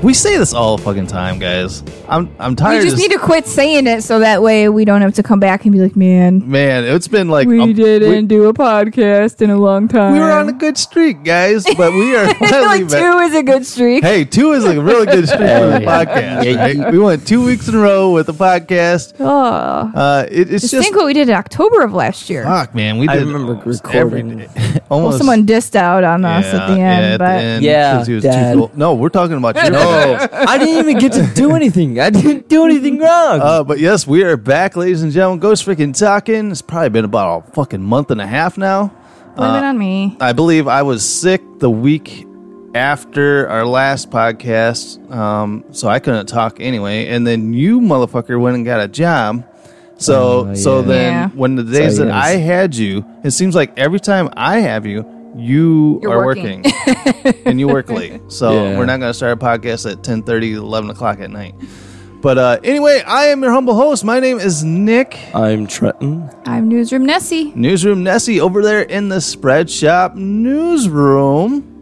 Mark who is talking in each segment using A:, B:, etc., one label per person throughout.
A: we say this all the fucking time, guys. I'm I'm tired.
B: We just
A: of
B: need to quit saying it so that way we don't have to come back and be like, man,
A: man. It's been like
B: we
A: a-
B: didn't
A: we-
B: do a podcast in a long time.
A: We were on a good streak, guys, but we are finally
B: like
A: back.
B: two is a good streak.
A: Hey, two is a really good streak for the podcast. right? We went two weeks in a row with the podcast.
B: Oh.
A: Uh, it, it's
B: Just,
A: just
B: think what we did in October of last year.
A: fuck, man. We
C: I
A: did
C: remember
A: almost every
C: recording.
A: day.
B: well,
A: almost
B: someone dissed out on us at the end,
A: at the
B: but
A: end,
C: Yeah,
A: 'cause he was too
C: Dad.
A: cool. No, we're talking about you.
C: No, I didn't even get to do anything. I didn't do anything wrong.
A: Uh, but yes, we are back, ladies and gentlemen. Ghost freaking talking. It's probably been about a fucking month and a half now.
B: blame it on me.
A: I believe I was sick the week after our last podcast, um, so I couldn't talk anyway. And then you motherfucker went and got a job. So
C: Oh,
A: so
C: yeah.
A: then
B: Yeah.
A: when the days
C: So,
A: that
C: yes.
A: I had you, it seems like every time I have you, you
B: You're
A: are
B: working.
A: working, and you work late. So
C: Yeah.
A: we're not going to start a podcast at 10, 11 o'clock at night. But uh, anyway, I am your humble host. My name is Nick.
C: I'm Trenton.
B: I'm Newsroom Nessie.
A: Newsroom Nessie over there in the Spread Shop newsroom.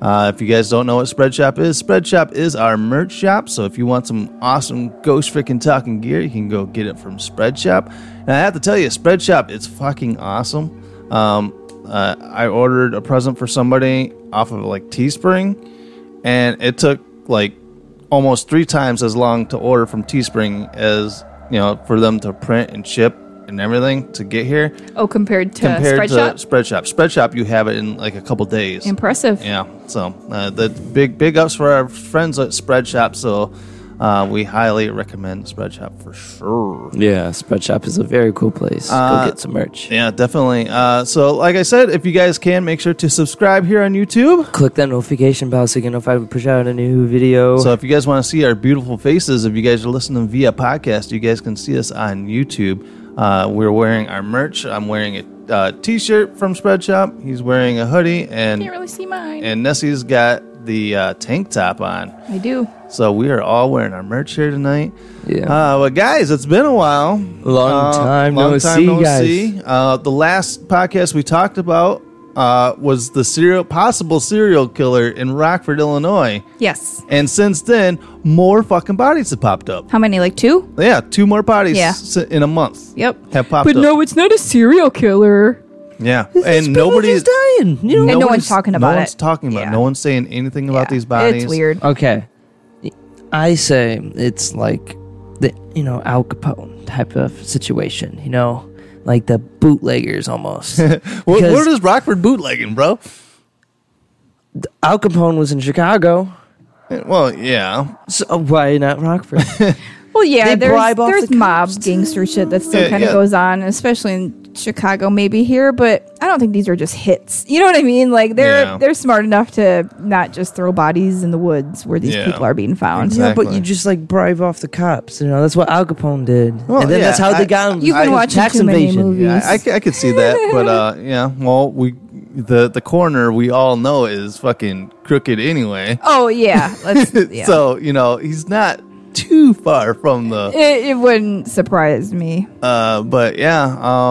A: Uh, if you guys don't know what Spread Shop is, Spread Shop is our merch shop. So if you want some awesome ghost freaking talking gear, you can go get it from Spread Shop. And I have to tell you, Spread Shop is fucking awesome. Um, uh, I ordered a present for somebody off of like Teespring, and it took like almost three times as long to order from Teespring as you know for them to print and ship and everything to get here
B: Oh, compared to
A: compared to
B: Spreadshot?
A: Spread Shop. Spread Shop, you have it in like a couple days.
B: Impressive.
A: yeah. So uh, the big big ups for our friends at Spread Shop. So uh, we highly recommend Spread Shop for sure.
C: Yeah, Spread Shop is a very cool place.
A: Uh,
C: Go get some merch.
A: Yeah, definitely. Uh, so like I said, if you guys can, make sure to subscribe here on YouTube.
C: Click that notification bell so you can know if I push out a new video.
A: So if you guys want to see our beautiful faces, if you guys are listening via podcast, you guys can see us on YouTube. Uh, we're wearing our merch. I'm wearing a uh, t-shirt from Spread Shop. He's wearing a hoodie, and
B: Can't really see mine.
A: and Nessie's got the uh, tank top on.
B: I do.
A: So we are all wearing our merch here tonight.
C: yeah.
A: Uh, but guys, it's been a while.
C: Uh, Long time no see, guys.
A: Uh, the last podcast we talked about uh, was the serial possible serial killer in Rockford, Illinois.
B: Yes.
A: And since then, more fucking bodies have popped up.
B: How many? Like two?
A: Yeah, two more bodies
B: Yeah.
A: s- in a month
B: Yep.
A: have popped up.
B: it's not a serial killer.
A: yeah,
C: These
A: and
C: people
A: nobody
C: just dying. You know.
B: And no one's talking about
A: No one's
B: it.
A: talking about. it.
B: Yeah.
A: No one's saying anything about these bodies.
B: It's weird.
C: Okay. I say it's like the you know Al Capone type of situation. You know, like the bootleggers almost.
A: Where,
C: Because-
A: where does Rockford bootlegging, bro?
C: Al Capone was in Chicago.
A: Well, yeah,
C: So why not Rockford?
B: Well, yeah,
C: They
B: there's
C: bribe off
B: there's
C: the
B: mob
C: cops.
B: gangster shit that still
A: Yeah,
B: kind of
A: yeah.
B: goes on, especially in Chicago, maybe here. But I don't think these are just hits. You know what I mean? Like they're
A: Yeah.
B: they're smart enough to not just throw bodies in the woods where these
A: Yeah.
B: people are being found.
A: Exactly.
C: Yeah, but you just like bribe off the cops. You know, that's what Al Capone did.
A: Well,
C: and then
A: yeah,
C: that's how
A: I-
C: they got him.
B: You've been
C: I-
B: watching too many movies.
A: yeah, I, I c- I could see that, but uh, yeah. Well, we the the coroner we all know is fucking crooked anyway.
B: Oh yeah, let's, yeah.
A: So you know he's not too far from the.
B: It, it wouldn't surprise me.
A: Uh, but yeah,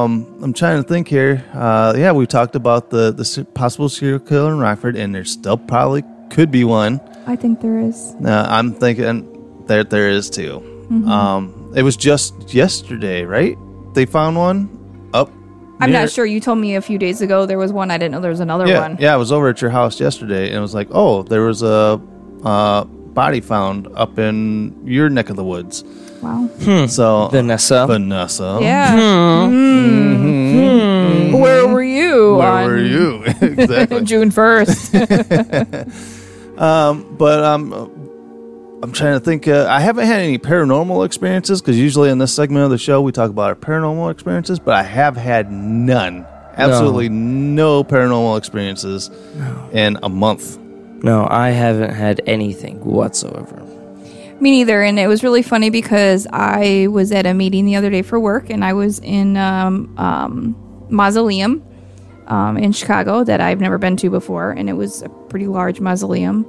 A: um, I'm trying to think here. Uh, yeah, we talked about the the se- possible serial killer in Rockford, and there still probably could be one.
B: I think there is. Mm-hmm.
A: Uh, I'm thinking there there is too. Um, it was just yesterday, right? They found one up.
B: I'm
A: near-
B: not sure. You told me a few days ago there was one. I didn't know there was another
A: yeah,
B: one.
A: Yeah, I was over at your house yesterday, and it was like, oh, there was a uh, body found up in your neck of the woods.
B: Wow.
A: So Vanessa, Vanessa,
B: Yeah. Mm. Where were you?
A: Where
B: on
A: were you? Exactly.
B: June first.
A: Um, but um, I'm trying to think. Uh, I haven't had any paranormal experiences because usually in this segment of the show we talk about our paranormal experiences, but I have had none. Absolutely no, paranormal experiences in a month.
C: No, I haven't had anything whatsoever.
B: Me neither. And it was really funny because I was at a meeting the other day for work, and I was in um, um, mausoleum um, in Chicago that I've never been to before, and it was a pretty large mausoleum.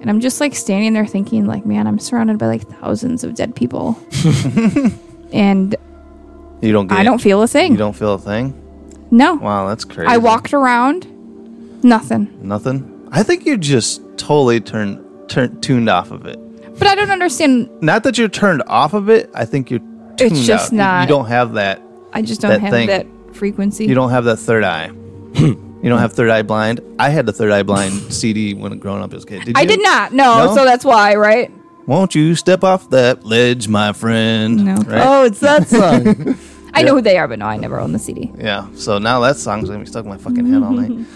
B: And I'm just like standing there thinking, like, man, I'm surrounded by like thousands of dead people, and
A: You don't. Get,
B: I don't feel a thing.
A: You don't feel a thing.
B: No,
A: Wow, that's crazy.
B: I walked around, nothing.
A: Nothing. I think you just totally turned turn, tuned off of it.
B: But I don't understand.
A: Not that you're turned off of it. I think you're.
B: It's
A: tuned
B: just
A: out. You- You,
B: not-
A: don't have that.
B: I just don't
A: That
B: have
A: thing.
B: that frequency.
A: You don't have that third eye. you don't have third eye blind. I had the third eye blind CD when growing up as a kid. Did
B: I
A: you?
B: did not. No,
A: No?
B: so that's why, right?
A: Won't you step off that ledge, my friend?
B: No.
A: Right?
B: Oh, it's that song. I know who they are, but no, I never owned the CD.
A: Yeah. So now that song's gonna be stuck in my fucking head all night.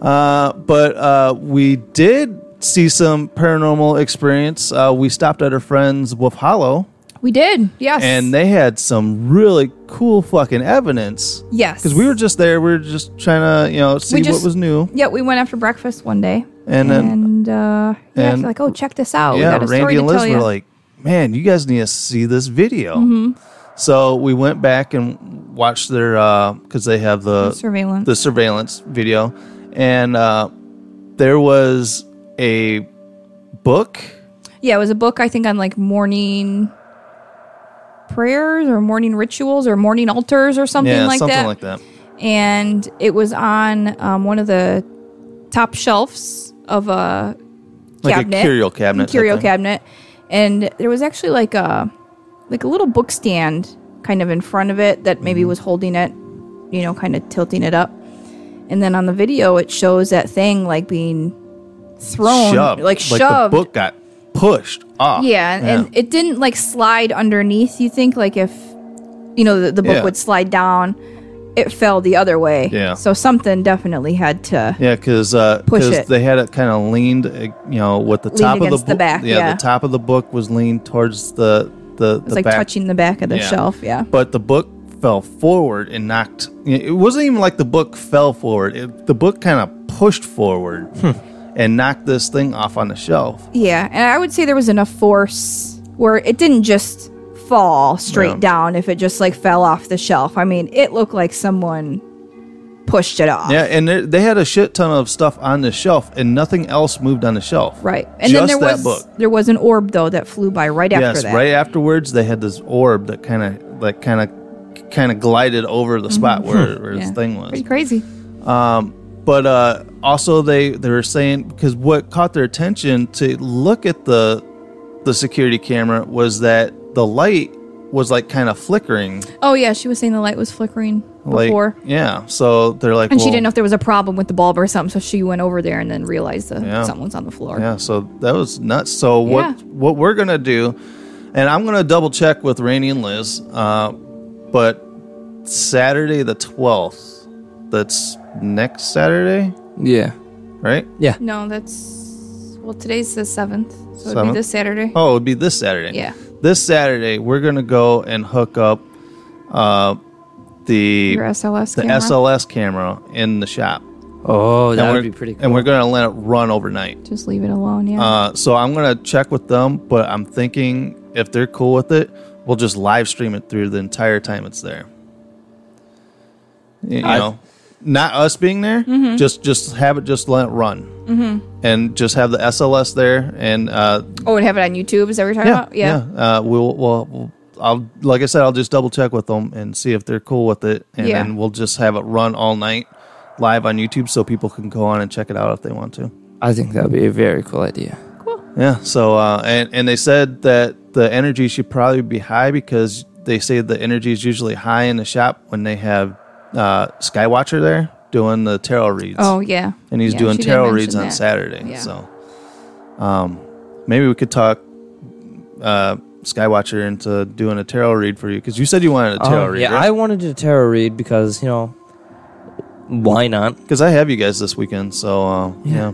A: Uh, but uh, we did see some paranormal experience. Uh, we stopped at our friend's Wolf Hollow,
B: We did, yes.
A: and they had some really cool fucking evidence.
B: Yes.
A: Because we were just there, we were just trying to you know see
B: we just,
A: what was new.
B: Yeah, we went after breakfast one day,
A: And then-
B: and uh, yeah,
A: and-
B: like, oh, check this out. we
A: yeah,
B: got a story
A: Randy and
B: to
A: Liz
B: tell
A: were
B: you.
A: like, "Man, you guys need to see this video."
B: Mhm.
A: So we went back and watched their because they have the,
B: The surveillance.
A: the surveillance video, and uh, there was a book.
B: yeah, it was a book I think on like morning prayers or morning rituals or morning altars or something
A: yeah,
B: like
A: something
B: that.
A: like that.
B: and it was on um, one of the top shelves of a
A: Like a
B: cabinet,
A: curio cabinet type
B: curio
A: thing.
B: cabinet, and there was actually like a like a little book stand kind of in front of it that
A: Mm-hmm.
B: maybe was holding it, you know, kind of tilting it up, and then on the video it shows that thing like being thrown,
A: Shoved,
B: like
A: like
B: shoved,
A: the book got pushed off.
B: yeah, and, and it didn't like slide underneath. You think like if you know the, the book
A: Yeah.
B: would slide down, it fell the other way.
A: Yeah.
B: So something definitely had to.
A: Yeah, because
B: Push it.
A: they had it kind of leaned, uh, you know, with the
B: Leaned
A: top of the,
B: against the
A: book-
B: back, yeah.
A: the top of the book was leaned towards the the,
B: It
A: the
B: was like
A: back.
B: touching the back of the
A: Yeah.
B: shelf. Yeah.
A: But the book fell forward and knocked. It wasn't even like the book fell forward. It, the book kind of pushed forward and knocked this thing off on the shelf.
B: Yeah, and I would say there was enough force where it didn't just fall straight
A: Yeah.
B: down. If it just like fell off the shelf, I mean, it looked like someone pushed it off.
A: Yeah, and they- they had a shit ton of stuff on the shelf, and nothing else moved on the shelf.
B: Right. And
A: Just
B: then there was
A: that book.
B: there was an orb though that flew by right after
A: yes,
B: that.
A: right afterwards, they had this orb that kind of like kind of kind of glided over the spot where, where
B: Mm-hmm.
A: this
B: Yeah.
A: thing was.
B: Pretty crazy.
A: Um, but uh, also they they were saying because what caught their attention to look at the the security camera was that the light was like kind of flickering.
B: Oh yeah, she was saying the light was flickering
A: Like
B: before.
A: yeah, so they're like
B: and she
A: well,
B: didn't know if there was a problem with the bulb or something, so she went over there and then realized that
A: Yeah.
B: someone's on the floor.
A: Yeah, so that was nuts. So
B: Yeah.
A: what what we're gonna do, and I'm gonna double check with Rainey and Liz, uh, but Saturday the 12th, that's next Saturday.
C: Yeah.
A: Right.
C: Yeah.
B: No, that's well. Today's the seventh, so it'd be
A: Seventh?
B: this Saturday.
A: Oh, it'd be this Saturday.
B: Yeah.
A: This Saturday, we're gonna go and hook up uh, the
B: Your SLS
A: the
B: camera?
A: SLS camera in the shop.
C: Oh, that
A: And
C: would
A: we're-
C: be pretty cool.
A: And we're gonna let it run overnight.
B: Just leave it alone. Yeah.
A: Uh, so I'm gonna check with them, but I'm thinking if they're cool with it, we'll just live stream it through the entire time it's there. Y- You,
C: I-
A: know, not us being there.
B: Mhm.
A: Just just have it just let it run,
B: hmm
A: and just have the SLS there, and uh,
B: Oh, and have it on YouTube. Is that what you're talking about? Yeah.
A: Uh, we'll, we'll, we'll, I'll, like I said, I'll just double check with them and see if they're cool with it, and
B: Yeah.
A: then we'll just have it run all night live on YouTube so people can go on and check it out if they want to.
C: I think that would be a very cool idea.
A: Yeah. So, uh, and and they said that the energy should probably be high because they say the energy is usually high in the shop when they have uh, Skywatcher there doing the tarot reads.
B: Oh, yeah.
A: And he's
B: Yeah,
A: doing
B: she did
A: tarot
B: mention
A: reads on
B: that.
A: Saturday.
B: Yeah.
A: So, um, maybe we could talk uh, Skywatcher into doing a tarot read for you because you said you wanted a tarot
C: Um,
A: read.
C: yeah, I wanted a tarot read because you know why not?
A: Because I have you guys this weekend, so uh, yeah.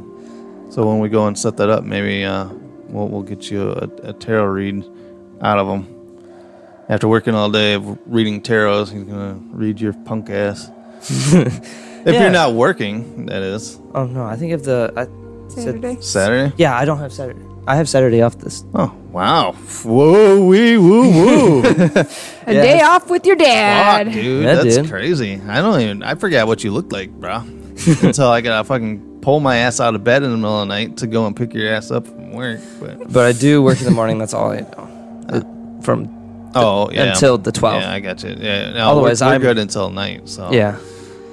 A: So when we go and set that up, maybe uh, we'll, we'll get you a, a tarot read out of them. After working all day of reading tarots, he's gonna read your punk ass. if
C: Yeah.
A: you're not working, that is
C: Oh no, I think if the I said-
B: Saturday?
A: Saturday.
C: Yeah, I don't have Saturday. I have Saturday off this.
A: Oh wow! Whoa, wee, woo, woo!
B: A day off with your dad.
A: Fuck, dude,
C: Yeah,
A: that's
C: dude.
A: crazy. I don't even. I forgot what you looked like, bro. Until I got to fucking pull my ass out of bed in the middle of the night to go and pick your ass up from work. But
C: But I do work in the morning. That's all I know. Uh, From
A: oh yeah,
C: until the 12th.
A: Yeah, I got you. Yeah, no,
C: Otherwise,
A: otherwise we're, we're
C: I'm-
A: good until night. So
C: Yeah.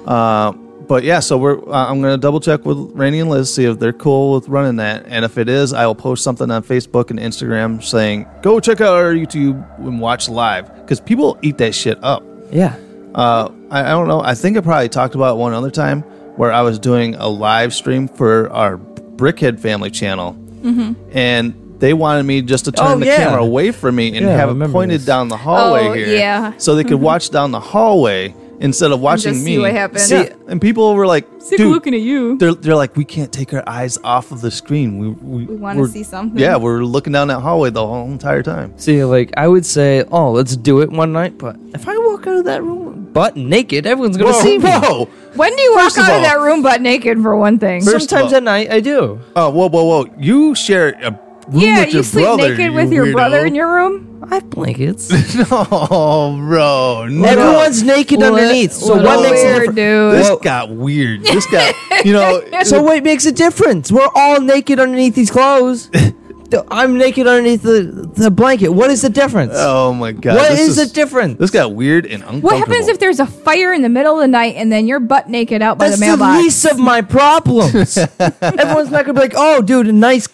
A: Uh, but yeah, so we're. Uh, I'm gonna double check with Randy and Liz see if they're cool with running that, and if it is, I will post something on Facebook and Instagram saying go check out our YouTube and watch live because people eat that shit up.
C: Yeah.
A: Uh, I, I don't know. I think I probably talked about it one other time where I was doing a live stream for our Brickhead family channel,
B: Mm-hmm.
A: and they wanted me just to turn
B: Oh,
A: the
B: yeah.
A: camera away from me and
C: Yeah, I
A: have it
C: remember
A: pointed
C: this.
A: down the hallway
B: Oh,
A: here,
B: yeah. Mm-hmm.
A: so they could watch down the hallway instead of watching
B: just
A: me.
B: see what happens.
A: Yeah.
B: See-
A: and people were like,
B: Sick
A: "Dude,
B: of looking at you.
A: they're, they're like, we can't take our eyes off of the screen. We we,
B: We wanna
A: we're-
B: see something."
A: Yeah, we're looking down that hallway the whole entire time.
C: See, like I would say, oh, let's do it one night, but if I walk out of that room butt naked, everyone's gonna
A: Whoa,
C: see me.
A: whoa.
B: When do you
A: First of
B: walk out of that
A: all-
B: room butt naked, for one thing?
A: First of
C: Sometimes
A: all-
C: at night I do.
A: Oh, whoa, whoa, whoa! You share a room
B: yeah,
A: with
B: you
A: your
B: sleep
A: brother,
B: naked
A: you
B: with your
A: weirdo.
B: brother in your room?
C: I have blankets.
A: no, Oh, bro. No.
C: Everyone's naked
B: What-
C: underneath. So
B: what
C: what,
B: a
C: makes
B: weird
C: a
B: dude.
C: difference?
A: This got weird. This got you know.
C: So what makes a difference? We're all naked underneath these clothes. Th- I'm naked underneath the, the blanket. What is the difference?
A: Oh my god!
C: What
A: this
C: is the difference?
A: This got weird and uncomfortable.
B: What happens if there's a fire in the middle of the night and then you're butt naked out by
C: That's
B: the
C: the,
B: mailbox?
C: least of my problems. Everyone's not gonna be like, "Oh, dude, a nice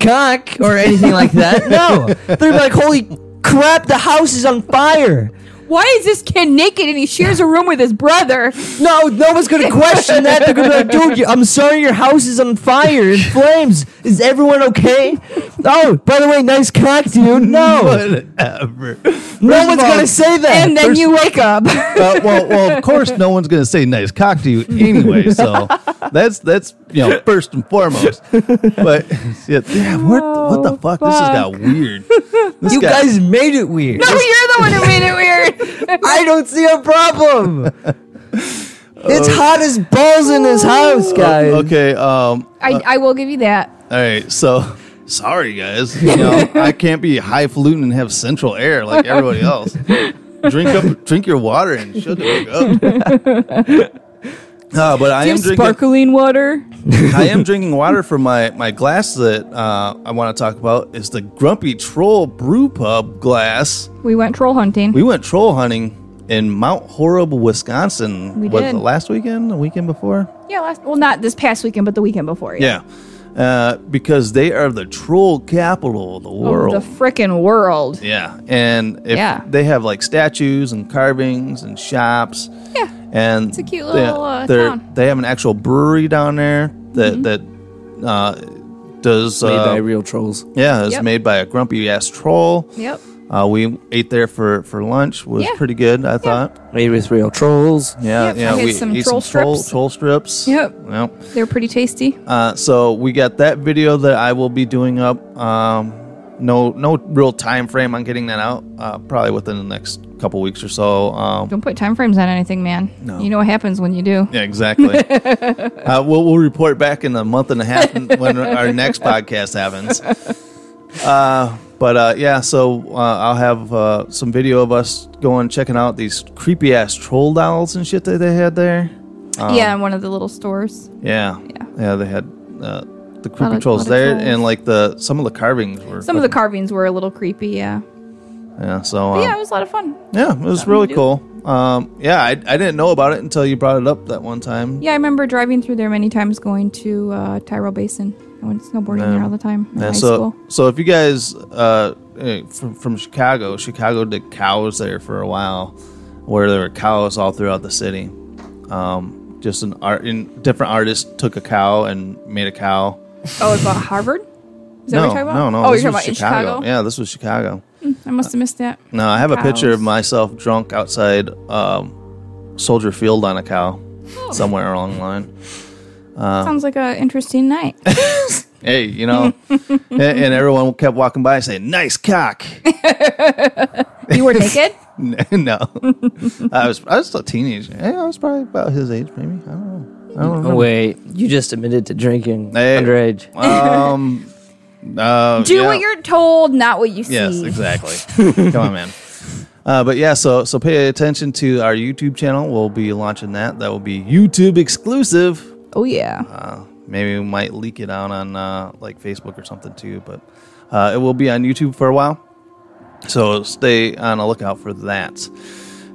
C: cock" or anything like that. No, they're gonna be like, "Holy crap, the house is on fire!"
B: Why is this kid naked and he shares a room with his brother?
C: No, no one's gonna question that. They're gonna be like, "Dude, you- I'm sorry, your house is on fire in flames. Is everyone okay?" Oh, by the way, nice cock, dude. No,
A: Whatever.
C: no
A: First
C: one's
A: of all-
C: gonna say that.
B: And then you wake up.
A: Uh, well, well, of course, no one's going to say nice cock to you anyway. So that's that's you know first and foremost. But yeah, yeah, what what the Oh, fuck? This has got weird. This
C: you
A: got-
C: guys made it weird.
B: no, Oh, you're the one who made it weird.
C: I don't see a problem. It's hot as balls in this house, guys.
A: Oh, Okay. Um.
B: I, I will give you that.
A: All right, so sorry guys. You know, I can't be highfalutin and have central air like everybody else. Drink up, drink your water and shut the fuck up. Uh, but I
B: Do you
A: am
B: have
A: drinking.
B: sparkling water?
A: I am drinking water from my my glass that uh, I want to talk about is the Grumpy Troll Brew Pub glass.
B: We went troll hunting.
A: We went troll hunting in Mount Horeb, Wisconsin.
B: We
A: was
B: did.
A: it last weekend? The weekend before?
B: yeah, last well, not this past weekend, but the weekend before.
A: Yeah. Uh, because they are the troll capital of the
B: Of
A: world.
B: Oh, the frickin' world.
A: Yeah, and if
B: Yeah.
A: they have like statues and carvings and shops.
B: Yeah.
A: and
B: It's a cute
A: they,
B: little, uh,
A: they're-
B: town.
A: They have an actual brewery down there that
B: Mm-hmm.
A: that uh, does
D: Made
A: uh,
D: by real trolls.
A: yeah, it's
B: Yep.
A: made by a grumpy ass troll.
B: Yep.
A: Uh, we ate there for for lunch. was
B: Yeah.
A: pretty good, I thought.
D: Made with real trolls.
A: Yeah,
B: Yep, I
A: yeah.
B: had
A: We
B: some
A: ate
B: troll
A: some troll,
B: strips.
A: troll strips.
B: Yep.
A: Yep.
B: They're pretty tasty.
A: Uh, so we got that video that I will be doing up. Um, no, no real time frame on getting that out. Uh, probably within the next couple weeks or so. Um,
B: Don't put time frames on anything, man.
A: No.
B: You know what happens when you do.
A: yeah, exactly. uh, we'll, we'll report back in a month and a half when our next podcast happens. Uh, but uh, yeah, so uh, I'll have uh, some video of us going checking out these creepy ass troll dolls and shit that they had there. Um,
B: yeah, in one of the little stores.
A: Yeah. Yeah. they had uh, the crew
B: Lot of-
A: controls
B: lot of
A: there,
B: trolls.
A: and like the some of the carvings were.
B: Some of the carvings were a little creepy. Yeah.
A: fucking- yeah. So
B: But
A: um,
B: yeah, it was a lot of fun.
A: yeah, it was
B: something
A: really
B: to do.
A: cool. Um, yeah, I, I didn't know about it until you brought it up that one time.
B: Yeah, I remember driving through there many times going to uh, Tyrell Basin. I went snowboarding
A: Yeah.
B: there all the time. in
A: Yeah,
B: high
A: so
B: school.
A: so if you guys uh, eh, from from Chicago, Chicago did cows there for a while, where there were cows all throughout the city. Um, just an art, and different artists took a cow and made a cow.
B: Oh, it's about Harvard? Is that
A: no,
B: what you're talking about?
A: no, no.
B: Oh,
A: this
B: you're talking
A: was
B: about in Chicago?
A: Yeah, this was Chicago.
B: Mm, I must have missed that.
A: No, I have a picture of
B: Cows.
A: myself drunk outside um, Soldier Field on a cow
B: Oh.
A: somewhere along the line. Uh,
B: Sounds like an interesting night.
A: hey, you know, and, and everyone kept walking by and saying, "Nice cock."
B: you were naked?
A: no, I was I was still a teenager. Hey, I was probably about his age, maybe. I don't know. I don't remember.
C: wait, you just admitted to drinking
A: Hey,
C: underage.
A: Um, uh,
B: Do
A: yeah.
B: what you're told, not what you see.
A: Yes, exactly. Come on, man. Uh, but yeah, so so pay attention to our YouTube channel. We'll be launching that. That will be YouTube exclusive.
B: Oh yeah.
A: Uh, maybe we might leak it out on uh, like Facebook or something too. But uh, it will be on YouTube for a while. So stay on the lookout for that.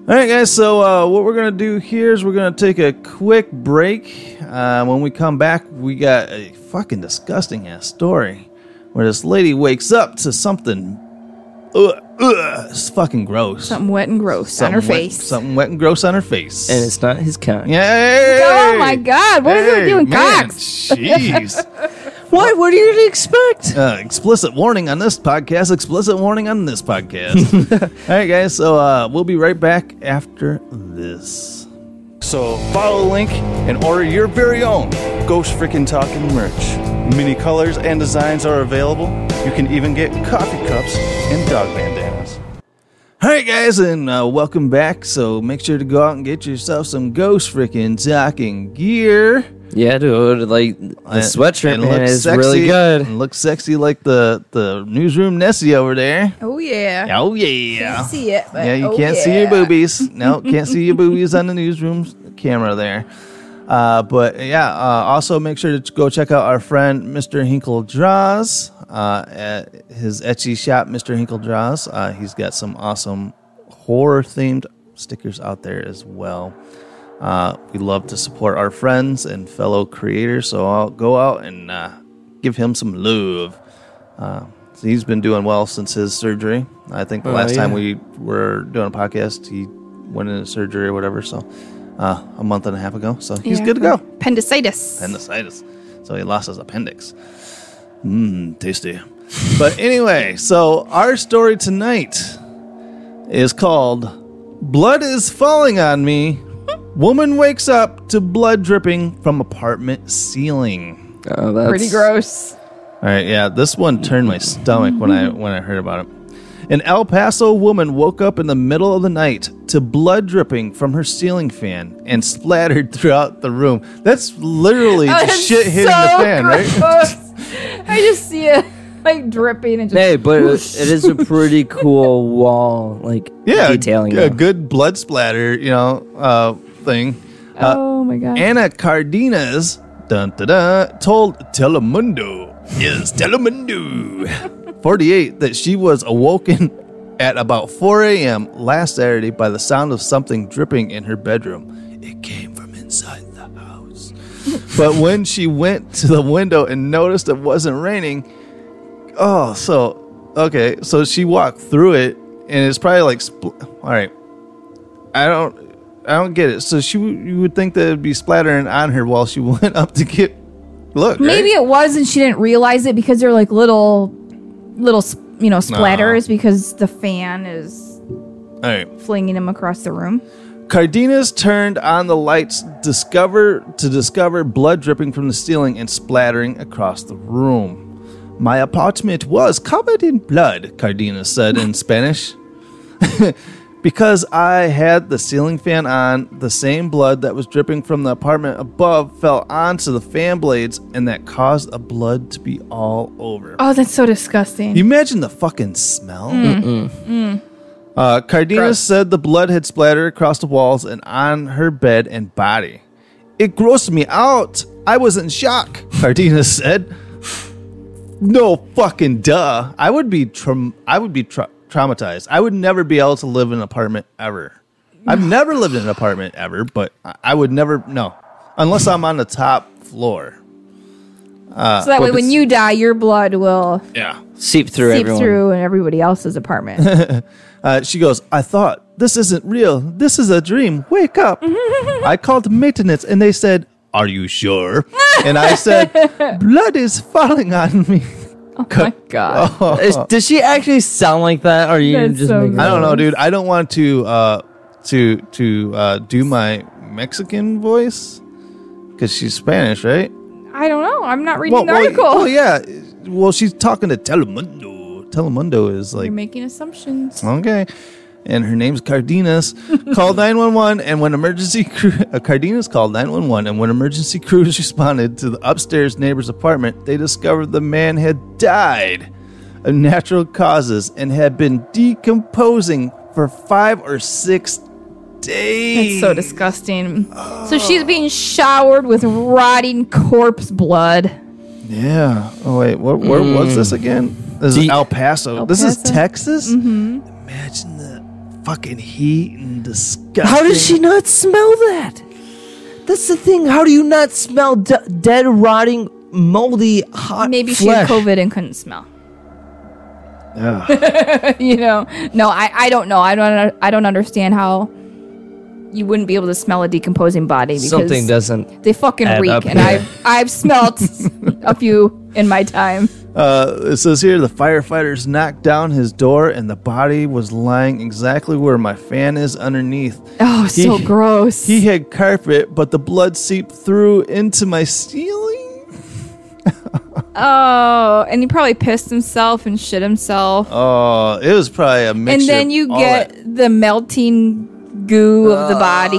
A: All right, guys. So uh, what we're gonna do here is we're gonna take a quick break. Uh, when we come back, we got a fucking disgusting ass story where this lady wakes up to something. Ugh, ugh, it's fucking gross.
B: Something wet and gross on
A: Something
B: her
A: wet-
B: face.
A: Something wet and gross on her face.
C: And it's not his kind.
A: Yeah.
B: Oh my God! What is it doing,
A: man,
B: Cox?
A: Jeez.
C: What? What do you expect?
A: Uh, explicit warning on this podcast. Explicit warning on this podcast. All right, guys. So uh, we'll be right back after this. So follow the link and order your very own Ghost Freaking Talking merch. Many colors and designs are available. You can even get coffee cups and dog bandanas. All right, guys, and uh, welcome back. So make sure to go out and get yourself some Ghost Freaking Talking gear.
C: Yeah, dude. Like the
A: And-
C: sweatshirt
A: and
C: man
A: looks
C: is
A: sexy-
C: really good.
A: and Looks sexy like the the newsroom Nessie over there.
B: Oh yeah.
A: Oh yeah.
B: Can't see it, but
A: yeah, you
B: oh,
A: can't see your
B: yeah.
A: boobies. No, can't see your boobies on the newsroom camera there. Uh, but yeah, uh, also make sure to go check out our friend Mr. Hinkle Draws uh, at his Etsy shop, Mr. Hinkle Draws. Uh, he's got some awesome horror themed stickers out there as well. Uh, we love to support our friends and fellow creators, so I'll go out and uh, give him some love. Uh, so he's been doing well since his surgery. I think the
C: Oh,
A: last time
C: yeah.
A: we were doing a podcast, he went into surgery or whatever. So uh, a month and a half ago, so he's
B: Yeah.
A: good to go.
B: Appendicitis.
A: Appendicitis. So he lost his appendix. Mmm, tasty. But anyway, so our story tonight is called Blood is Falling on Me. Woman wakes up to blood dripping from apartment ceiling.
C: Oh, that's
B: Pretty gross.
A: All right, yeah, this one turned my stomach when I when I heard about it. An El Paso woman woke up in the middle of the night to blood dripping from her ceiling fan and splattered throughout the room. That's literally
B: Oh,
A: just
B: that's
A: shit hitting
B: so
A: the fan, right?
B: gross. I just see it like dripping and just.
C: Hey, but it, it is a pretty cool wall, like
A: Yeah,
C: detailing.
A: a
C: though.
A: good blood splatter, you know, uh, thing. Uh,
B: oh my god.
A: Anna Cardenas dun, dun, dun, told Telemundo, yes, Telemundo 48, that she was awoken at about 4 a.m. last Saturday by the sound of something dripping in her bedroom. It came from inside the house. but when she went to the window and noticed it wasn't raining, oh, so, okay, so she walked through it and it's probably like, spl- all right. I don't I don't get it. So she w- you would think that it'd be splattering on her while she went up to get look. right?
B: Maybe it was, and she didn't realize it because they're like little, little, sp- you know, splatters because the fan is
A: All right.
B: flinging them across the room.
A: Cardenas turned on the lights discover to discover blood dripping from the ceiling and splattering across the room. My apartment was covered in blood, Cardenas said in Spanish. because I had the ceiling fan on, the same blood that was dripping from the apartment above fell onto the fan blades and that caused the blood to be all over.
B: Oh, that's so disgusting.
A: You imagine the fucking smell?
B: Mm.
A: Uh, Cardenas
B: Gross.
A: said the blood had splattered across the walls and on her bed and body. It grossed me out. I was in shock, Cardina said. No fucking duh. I would be traum- I would be tra- traumatized. I would never be able to live in an apartment ever. I've never lived in an apartment ever, but I, I would never no. Unless I'm on the top floor. Uh,
B: so that
A: but
B: way, when
A: it's-
B: you die, your blood will
A: yeah
C: seep
B: seep through in everybody else's apartment.
A: Uh, she goes, I thought, this isn't real. This is a dream. Wake up. I called maintenance and they said, Are you sure? and I said, Blood is falling on me.
B: Oh my god.
C: Is- does she actually sound like that? Or you
B: That's
C: just
B: so
C: make it
B: gross.
A: I don't know,
C: up?
A: dude. I don't want to uh, to to uh, do my Mexican voice because she's Spanish, right?
B: I don't know. I'm not reading
A: Well,
B: the
A: well,
B: article.
A: well, yeah. Well, she's talking to Telemundo. Telemundo is like
B: You're making assumptions.
A: Okay. And her name's Cardenas. Called 911, and when emergency crew, uh, Cardenas called 911, and when emergency crews responded to the upstairs neighbor's apartment, they discovered the man had died of natural causes and had been decomposing for five or six days.
B: That's so disgusting. So she's being showered with rotting corpse blood.
A: Yeah. Oh wait, where, where
C: Mm.
A: was this again? This is El Paso.
B: El
A: This is
B: Paso?
A: Texas.
B: Mm-hmm.
A: Imagine the fucking heat and disgust.
C: How does she not smell that? That's the thing. How do you not smell d- dead, rotting, moldy,
A: Uh,
C: hot
B: Maybe she had
C: flesh?
B: COVID and couldn't smell.
A: Yeah.
B: you know, no, I, I don't know. I don't I don't understand how you wouldn't be able to smell a decomposing body because
C: Something doesn't
B: They fucking
C: add
B: reek,
C: up
B: and
C: here.
B: I've I've smelt a few in my time.
A: Uh, it says here the firefighters knocked down his door and the body was lying exactly where my fan is underneath.
B: Oh, so gross.
A: He had carpet, but the blood seeped through into my ceiling.
B: Oh, and he probably pissed himself and shit himself.
A: Oh, it was probably a mixture.
B: and then
A: of
B: you
A: all
B: get
A: that.
B: the melting goo
C: Uh,
B: of the body,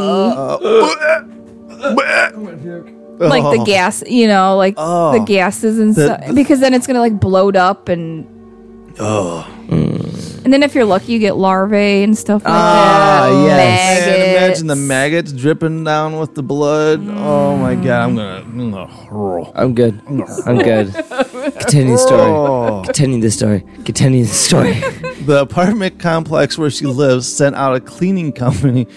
B: like the
A: Oh.
B: gas, you know, like
A: Oh.
B: the gases and
A: The-
B: stuff. Because then it's gonna like bloat up, and
A: Oh,
B: and then if you're lucky, you get larvae and stuff like that.
A: Ah, yes. And
B: maggots.
A: imagine the maggots dripping down with the blood. Oh my god, I'm gonna, I'm gonna Uh, hurl.
C: I'm good. I'm good. Continue the
A: Oh.
C: story. Continue the story. Continue the story.
A: The apartment complex where she lives sent out a cleaning company,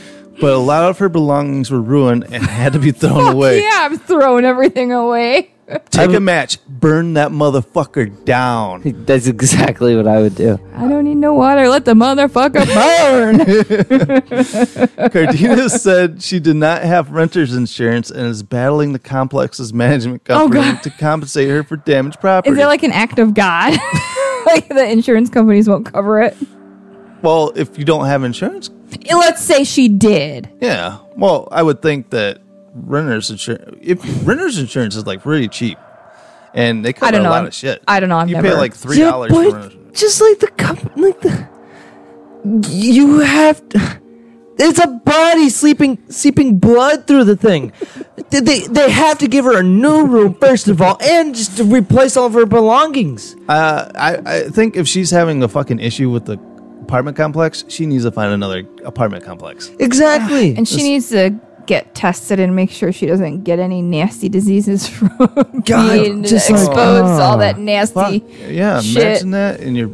A: but a lot of her belongings were ruined and had to be thrown
B: Fuck
A: away.
B: yeah, I'm throwing everything away.
A: Take a match, burn that motherfucker down.
C: That's exactly what I would do.
B: I don't need no water. Let the motherfucker burn.
A: Cardina said she did not have renter's insurance and is battling the complex's management
B: Oh,
A: company
B: God.
A: to compensate her for damaged property.
B: Is it like an act of God? like the insurance companies won't cover it.
A: well, if you don't have insurance,
B: Let's say she did.
A: yeah. Well, I would think that renter's insurance, if renter's insurance is like really cheap, and they cover
B: I don't know.
A: a lot of shit.
B: I don't know. I've
A: you
B: never.
A: pay like three dollars
C: but
A: for renter's.
C: just like the cup, like the you have. To, it's a body sleeping, seeping blood through the thing. they they- they have to give her a new room first of all, and just to replace all of her belongings.
A: Uh, I, I think if she's having a fucking issue with the apartment complex, she needs to find another apartment complex.
C: Exactly.
B: Ah, and she needs to get tested and make sure she doesn't get any nasty diseases from
C: God,
B: being
C: just like-
B: exposed to all that
C: ah,
B: nasty.
A: Yeah,
B: shit.
A: imagine that, and you're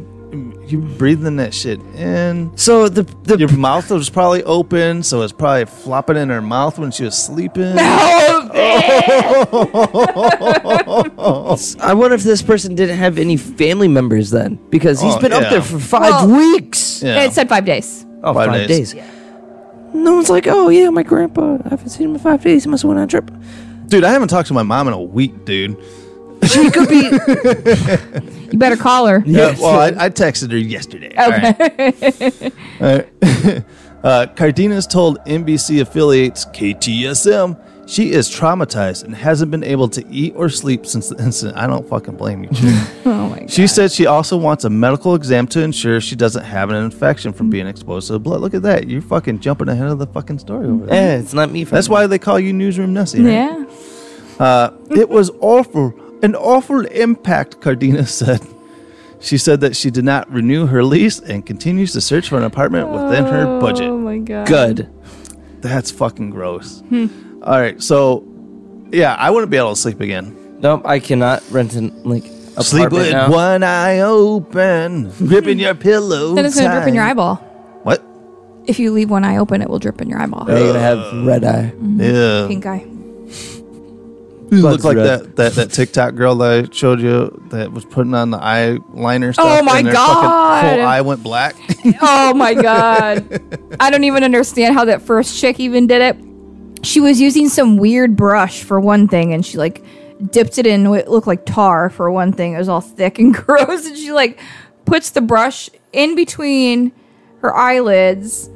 A: you're breathing that shit in.
C: So the the
A: Your mouth was probably open, so it's probably flopping in her mouth when she was sleeping. Oh,
B: Oh,
C: I wonder if this person didn't have any family members then, because he's
A: Oh,
C: been
A: yeah.
C: up there for five
B: Well-
C: weeks.
A: Yeah.
B: It said five days.
C: Oh,
A: Five
C: five
A: days.
C: days. No one's like, oh yeah, my grandpa. I haven't seen him in five days. He must have went on a trip.
A: Dude, I haven't talked to my mom in a week, dude.
C: She could be.
B: You better call her.
A: Yeah, well, I, I texted her yesterday. All right. Uh, uh, Cardenas told NBC affiliates KTSM she is traumatized and hasn't been able to eat or sleep since the incident. I don't fucking blame you. Chick.
B: oh my god.
A: she said she also wants a medical exam to ensure she doesn't have an infection from being exposed to the blood. Look at that. You're fucking jumping ahead of the fucking story over there.
C: Eh, it's not me.
A: That's why they call you Newsroom Nessie. right?
B: Yeah.
A: Uh, it was awful, an awful impact, Cardina said. She said that she did not renew her lease and continues to search for an apartment within her
B: Oh
A: budget.
B: my god.
C: good.
B: Hmm.
A: That's fucking gross. All right, so Yeah, I wouldn't be able to sleep again.
C: Nope, I cannot rent an like apartment
A: Sleep with
C: now.
A: one eye open, gripping your pillow.
B: Then it's Hmm. gonna drip in your
A: tight.
B: eyeball.
A: What?
B: If you leave one eye open, it will drip in your eyeball.
C: Yeah, you're gonna have red eye.
A: Yeah.
B: Mm-hmm. Pink eye.
A: You look
C: Blood's
A: like
C: red.
A: that, that that TikTok girl that I showed you that was putting on the eyeliner stuff.
B: Oh my
A: and their fucking
B: God.
A: Whole eye went black.
B: Oh my god. I don't even understand how that first chick even did it. She was using some weird brush for one thing and she like dipped it in what looked like tar for one thing. It was all thick and gross and she like puts the brush in between her eyelids,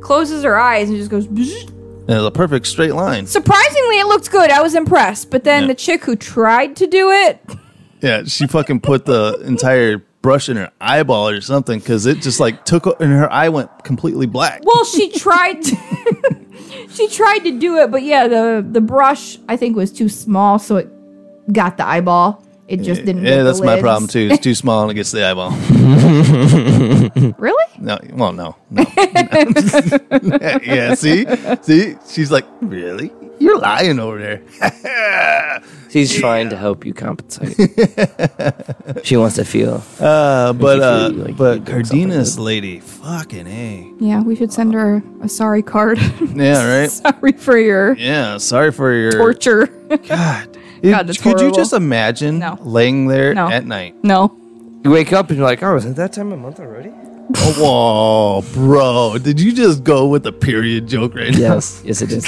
B: closes her eyes and just goes "Bzzz."
A: And it was a perfect straight line.
B: Surprisingly it looked good. I was impressed. But then
A: Yeah.
B: the chick who tried to do it
A: Yeah, she fucking put the entire brush in her eyeball or something because it just like took o- and her eye went completely black.
B: Well, she tried. To, she tried to do it, but yeah, the the brush I think was too small, so it got the eyeball. It just didn't. get
A: Yeah,
B: the
A: that's my
B: lids.
A: problem too. It's too small and it gets the eyeball.
B: Really?
A: No, well, no, no. yeah, see, see, she's like, really? You're lying over there.
C: She's trying to help you compensate. she wants to feel.
A: Uh, but
C: you
A: uh,
C: feel like
A: but
C: you did something
A: Cardenas lady, fucking a.
B: Yeah, we should send her a sorry card.
A: Yeah, right.
B: sorry for your
A: Yeah, sorry for your
B: torture. God,
A: Could
B: that's
A: you
B: horrible.
A: just imagine
B: No.
A: laying there
B: No.
A: at night?
B: no.
C: You wake up and you're like, oh, is it that time of month already?
A: Oh, whoa, bro! Did you just go with a period joke right now?
C: Yes, yes, it is.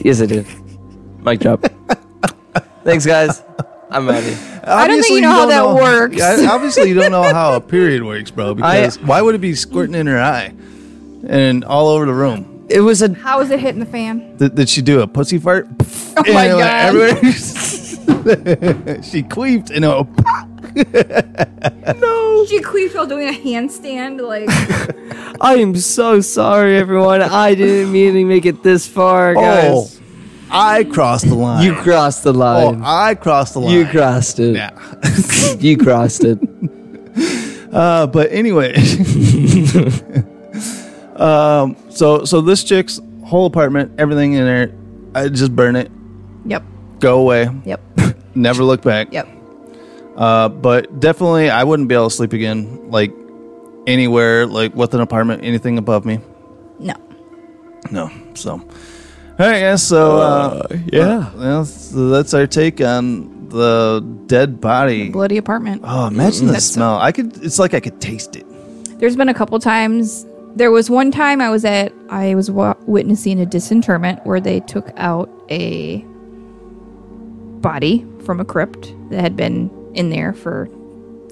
C: yes, it is. Mic drop. Thanks, guys. I'm out of here.
B: I don't think you know how that works.
A: Yeah, obviously, you don't know how a period works, bro. Because why would it be squirting in her eye and all over the room?
C: It was a.
B: How is it hitting the fan?
A: Did, did she do a pussy fart?
B: Oh
A: And,
B: my
A: like,
B: god!
A: everywhere. she queefed and it
B: She queefed while doing a handstand. Like
C: I am so sorry, everyone. I didn't mean to make it this far,
A: oh,
C: guys.
A: I crossed the line.
C: You crossed the
A: oh,
C: line.
A: I crossed the line.
C: you crossed it.
A: Yeah.
C: You crossed it.
A: Uh, but anyway, um, so so this chick's whole apartment, everything in there, I just burn it,
B: yep,
A: go away,
B: yep,
A: never look back.
B: yep.
A: Uh, but definitely, I wouldn't be able to sleep again, like anywhere, like with an apartment, anything above me.
B: No.
A: No. So, all right, guys. So uh,
C: yeah.
A: well, so that's our take on the dead body.
B: Bloody apartment.
A: Oh, imagine the
B: That's so-
A: smell. I could. It's like I could taste it.
B: There's been a couple times. There was one time I was at, I was wa- witnessing a disinterment where they took out a body from a crypt that had been in there for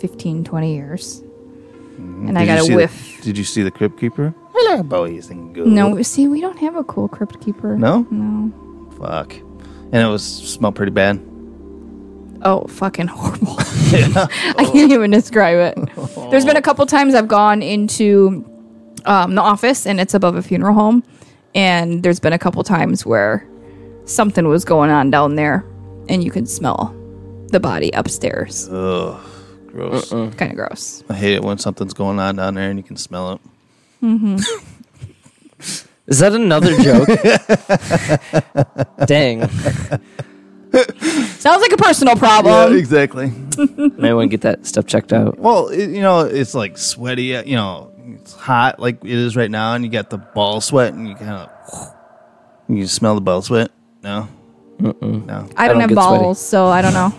B: 15, 20 years. And I
A: Mm-hmm. Did you
B: got a
A: see the-
B: whistling
A: did you see the Crypt Keeper? Hello, boys and girls.
B: No, see, we don't have a cool crypt keeper.
A: No?
B: No.
A: Fuck. And it was smelled pretty bad.
B: Oh, fucking horrible. I can't even describe it. There's been a couple times I've gone into um, the office and it's above a funeral home. And there's been a couple times where something was going on down there and you could smell the body upstairs.
A: Ugh. Gross.
B: Kind of gross.
A: I hate it when something's going on down there and you can smell it.
C: Is that another joke? Dang.
B: Sounds like a personal problem.
A: exactly.
C: May want to get that stuff checked out.
A: Well, it, you know, it's like sweaty, uh, you know, it's hot like it is right now, and you got the ball sweat, and you kind of. You smell the ball sweat? No? No.
B: I don't,
C: I don't
B: have
C: get sweaty.
B: balls, so I don't know.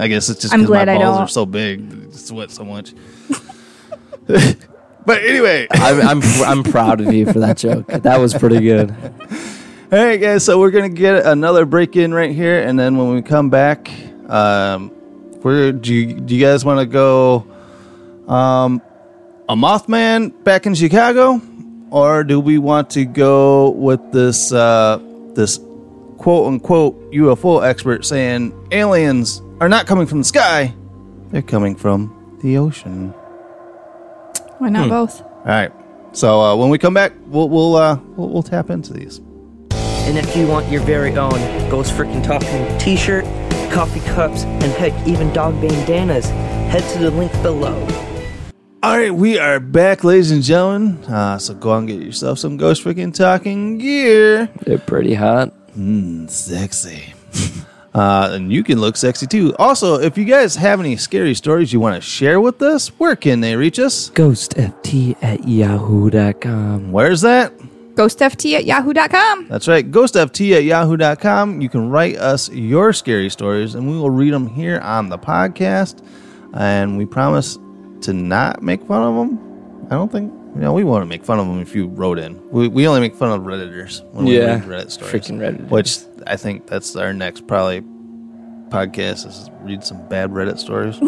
A: I guess it's just
B: I'm
A: because my
B: glad I
A: balls
B: don't.
A: are so big, that I sweat so much. but anyway.
C: I'm, I'm, I'm proud of you for that joke. That was pretty good.
A: All right, guys. So we're gonna get another break in right here, and then when we come back, um, where do you do you guys want to go? Um, a Mothman back in Chicago, or do we want to go with this uh, this quote unquote UFO expert saying aliens are not coming from the sky; they're coming from the ocean?
B: Why not both?
A: All right. So uh, when we come back, we'll we'll, uh, we'll we'll tap into these.
D: And if you want your very own Ghost Freaking Talking t shirt, coffee cups, and heck, even dog bandanas, head to the link below.
A: All right, we are back, ladies and gentlemen. Uh, so go out and get yourself some ghost freaking talking gear.
C: They're pretty hot.
A: Mmm, sexy. Uh, and you can look sexy too. Also, if you guys have any scary stories you want to share with us, where can they reach us?
C: GhostFT at yahoo.com.
A: Where's that?
B: GhostFT at yahoo.com.
A: That's right, ghostft at yahoo.com. You can write us your scary stories and we will read them here on the podcast. And we promise to not make fun of them. I don't think, you know, we want to make fun of them if you wrote in. We, we only make fun of Redditors when
D: Yeah,
A: we read Reddit stories.
D: freaking Redditors.
A: Which I think that's our next probably podcast is read some bad Reddit stories.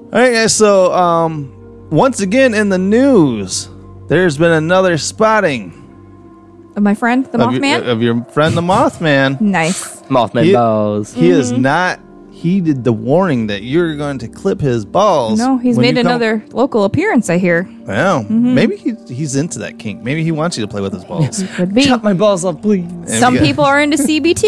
A: All right, guys. So, um, once again in the news, there's been another spotting
B: Of my friend, the
A: of your-
B: Mothman.
A: of your friend the Mothman.
B: nice.
D: Mothman
A: He-
D: balls.
A: He is
B: Mm-hmm.
A: not heeded the warning that you're going to clip his balls.
B: No, he's
A: when
B: made
A: you come-
B: another Mm-hmm. local appearance, I hear.
A: Wow. Maybe he, he's into that kink. Maybe he wants you to play with his balls.
B: Could be.
C: Cut my balls off, please.
B: Some
A: Yeah.
B: people are into CBT.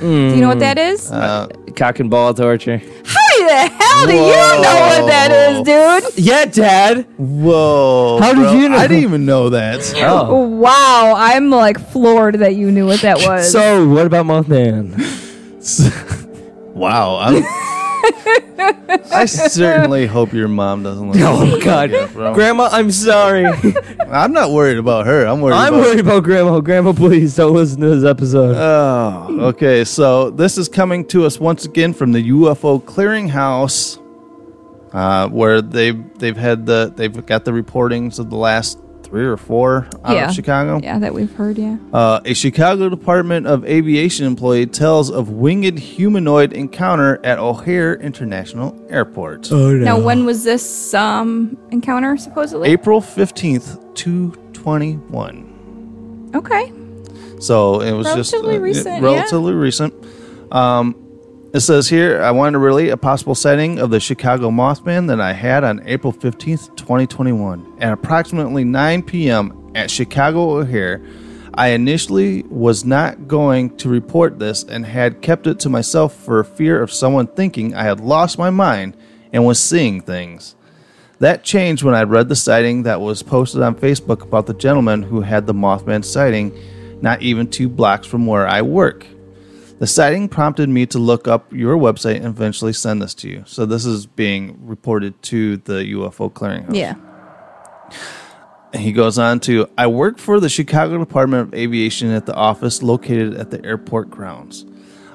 B: Do you know what that is?
A: Uh,
D: Cock and ball torture.
B: How the hell do you know what that is, dude?
C: Yeah, Dad.
A: Whoa.
C: How did
A: bro.
C: you know?
A: I didn't even know that.
D: Oh.
B: Wow, I'm like floored that you knew what that was.
C: So, what about Mothman?
A: Wow. I'm- I certainly hope your mom doesn't listen. to
C: Oh,
A: this
C: God.
A: podcast, bro.
C: Grandma, I'm sorry.
A: I'm not worried about her. I'm worried.
C: I'm
A: about
C: worried about Grandma. Grandma, please don't listen to this episode.
A: Oh, okay. So this is coming to us once again from the UFO Clearinghouse, uh, where they they've had the they've got the reportings of the last three or four out
B: yeah.
A: of Chicago.
B: Yeah, that we've heard, yeah.
A: Uh, a Chicago Department of Aviation employee tells of winged humanoid encounter at O'Hare International Airport,
C: oh,
B: Now, when was this um, encounter supposedly?
A: April fifteenth, two twenty one.
B: Okay.
A: So it was
B: Relatively
A: just uh,
B: recent, yeah.
A: relatively recent. Um, it says here, I wanted to relate a possible sighting of the Chicago Mothman that I had on April 15th, 2021. At approximately 9 p.m. at Chicago O'Hare, I initially was not going to report this and had kept it to myself for fear of someone thinking I had lost my mind and was seeing things. That changed when I read the sighting that was posted on Facebook about the gentleman who had the Mothman sighting, not even two blocks from where I work. The sighting prompted me to look up your website and eventually send this to you. So this is being reported to the UFO Clearinghouse.
B: Yeah.
A: And he goes on to I work for the Chicago Department of Aviation at the office located at the airport grounds.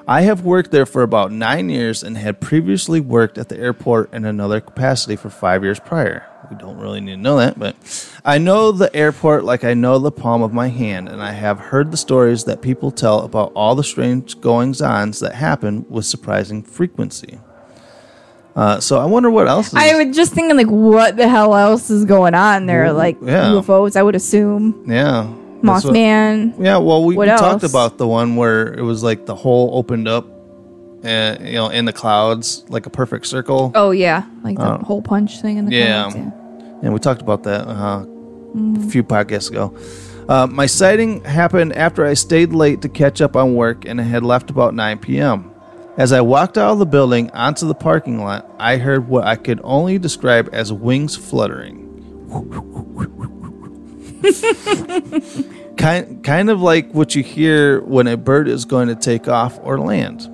A: I have worked there for about nine years and had previously worked at the airport in another capacity for five years prior. We don't really need to know that, but I know the airport like I know the palm of my hand, and I have heard the stories that people tell about all the strange goings ons that happen with surprising frequency. Uh, so I wonder what else. Is
B: I was just thinking, like, what the hell else is going on there? Like,
A: yeah.
B: UFOs, I would assume.
A: yeah, that's what-
B: Mothman.
A: Yeah, well, we, we
B: What
A: talked
B: else?
A: about the one where it was like the hole opened up, and you know, in the clouds, like a perfect circle.
B: oh, yeah. Like the hole punch thing in the
A: Uh, Yeah.
B: clouds,
A: And we talked about that uh,
B: Mm.
A: a few podcasts ago. Uh, my sighting happened after I stayed late to catch up on work and I had left about 9 p.m. As I walked out of the building onto the parking lot, I heard what I could only describe as wings fluttering. kind, kind of like what you hear when a bird is going to take off or land.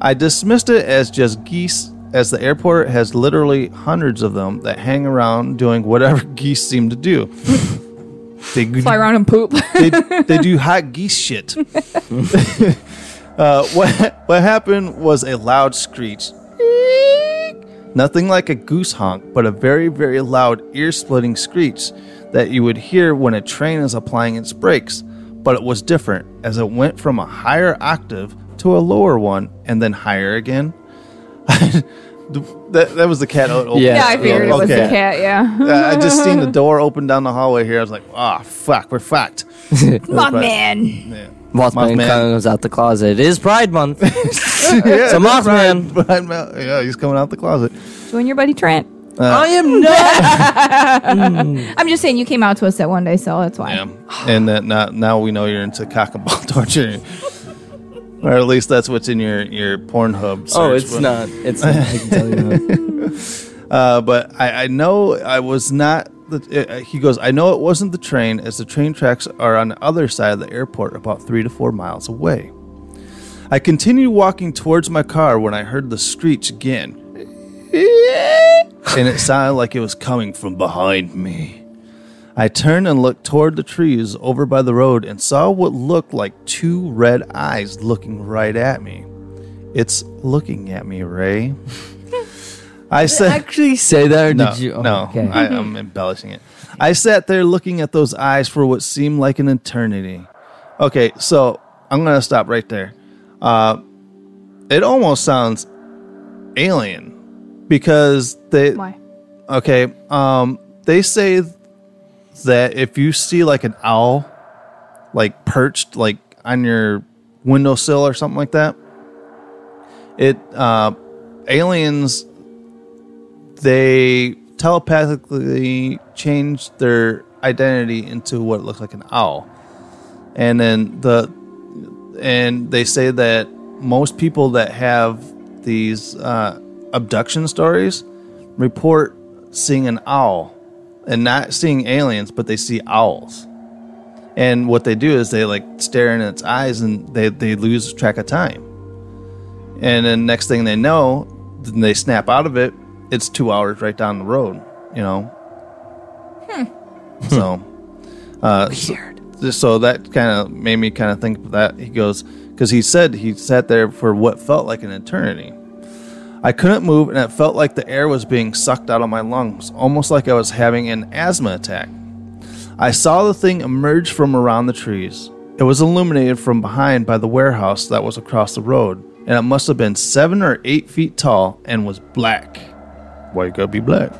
A: I dismissed it as just geese, as the airport has literally hundreds of them that hang around doing whatever geese seem to do. they,
B: Fly around and poop.
A: they, they do hot geese shit. uh, what, what happened was a loud screech. Nothing like a goose honk, but a very, very loud, ear splitting screech that you would hear when a train is applying its brakes. But it was different, as it went from a higher octave to a lower one and then higher again. that, that was the cat. o-
D: Yeah.
B: yeah, I figured it was
A: Okay.
B: the cat, yeah.
A: Uh, I just seen the door open down the hallway here. I was like, ah, fuck, we're fucked.
B: Mothman.
A: Yeah.
D: Mothman,
A: Mothman.
D: comes out the closet. It is Pride Month.
A: yeah,
D: So
A: that's
D: Mothman.
A: right. Brian Mal- yeah, he's coming out the closet. Uh,
B: Join your buddy Trent.
C: I am not.
B: I'm just saying, you came out to us that one day, so that's why.
A: Yeah, and that now, now we know you're into cock and ball torture, or at least that's what's in your your Pornhub.
D: oh,
A: search,
D: it's
A: but-
D: not. It's not. I can tell you that.
A: Uh, but I, I know I was not the, uh, he goes, I know it wasn't the train, as the train tracks are on the other side of the airport, about three to four miles away. I continued walking towards my car when I heard the screech again, and it sounded like it was coming from behind me. I turned and looked toward the trees over by the road and saw what looked like two red eyes looking right at me. It's looking at me, Ray. I said,
C: actually say that, or
A: no,
C: did you- oh,
A: no,
C: okay.
A: I, I'm embellishing it. I sat there looking at those eyes for what seemed like an eternity. Okay, so I'm gonna stop right there. Uh, it almost sounds alien because they.
B: Why?
A: Okay, um, they say that if you see like an owl, like perched like on your windowsill or something like that, it uh, aliens they telepathically change their identity into what looks like an owl and then the and they say that most people that have these uh, abduction stories report seeing an owl and not seeing aliens but they see owls and what they do is they like stare in its eyes and they, they lose track of time and then next thing they know then they snap out of it it's two hours right down the road you know so, uh, So, so that kind of made me kind of think of that. He goes, because he said he sat there for what felt like an eternity. I couldn't move, and it felt like the air was being sucked out of my lungs, almost like I was having an asthma attack. I saw the thing emerge from around the trees. It was illuminated from behind by the warehouse that was across the road, and it must have been seven or eight feet tall and was black. Why you gotta be black?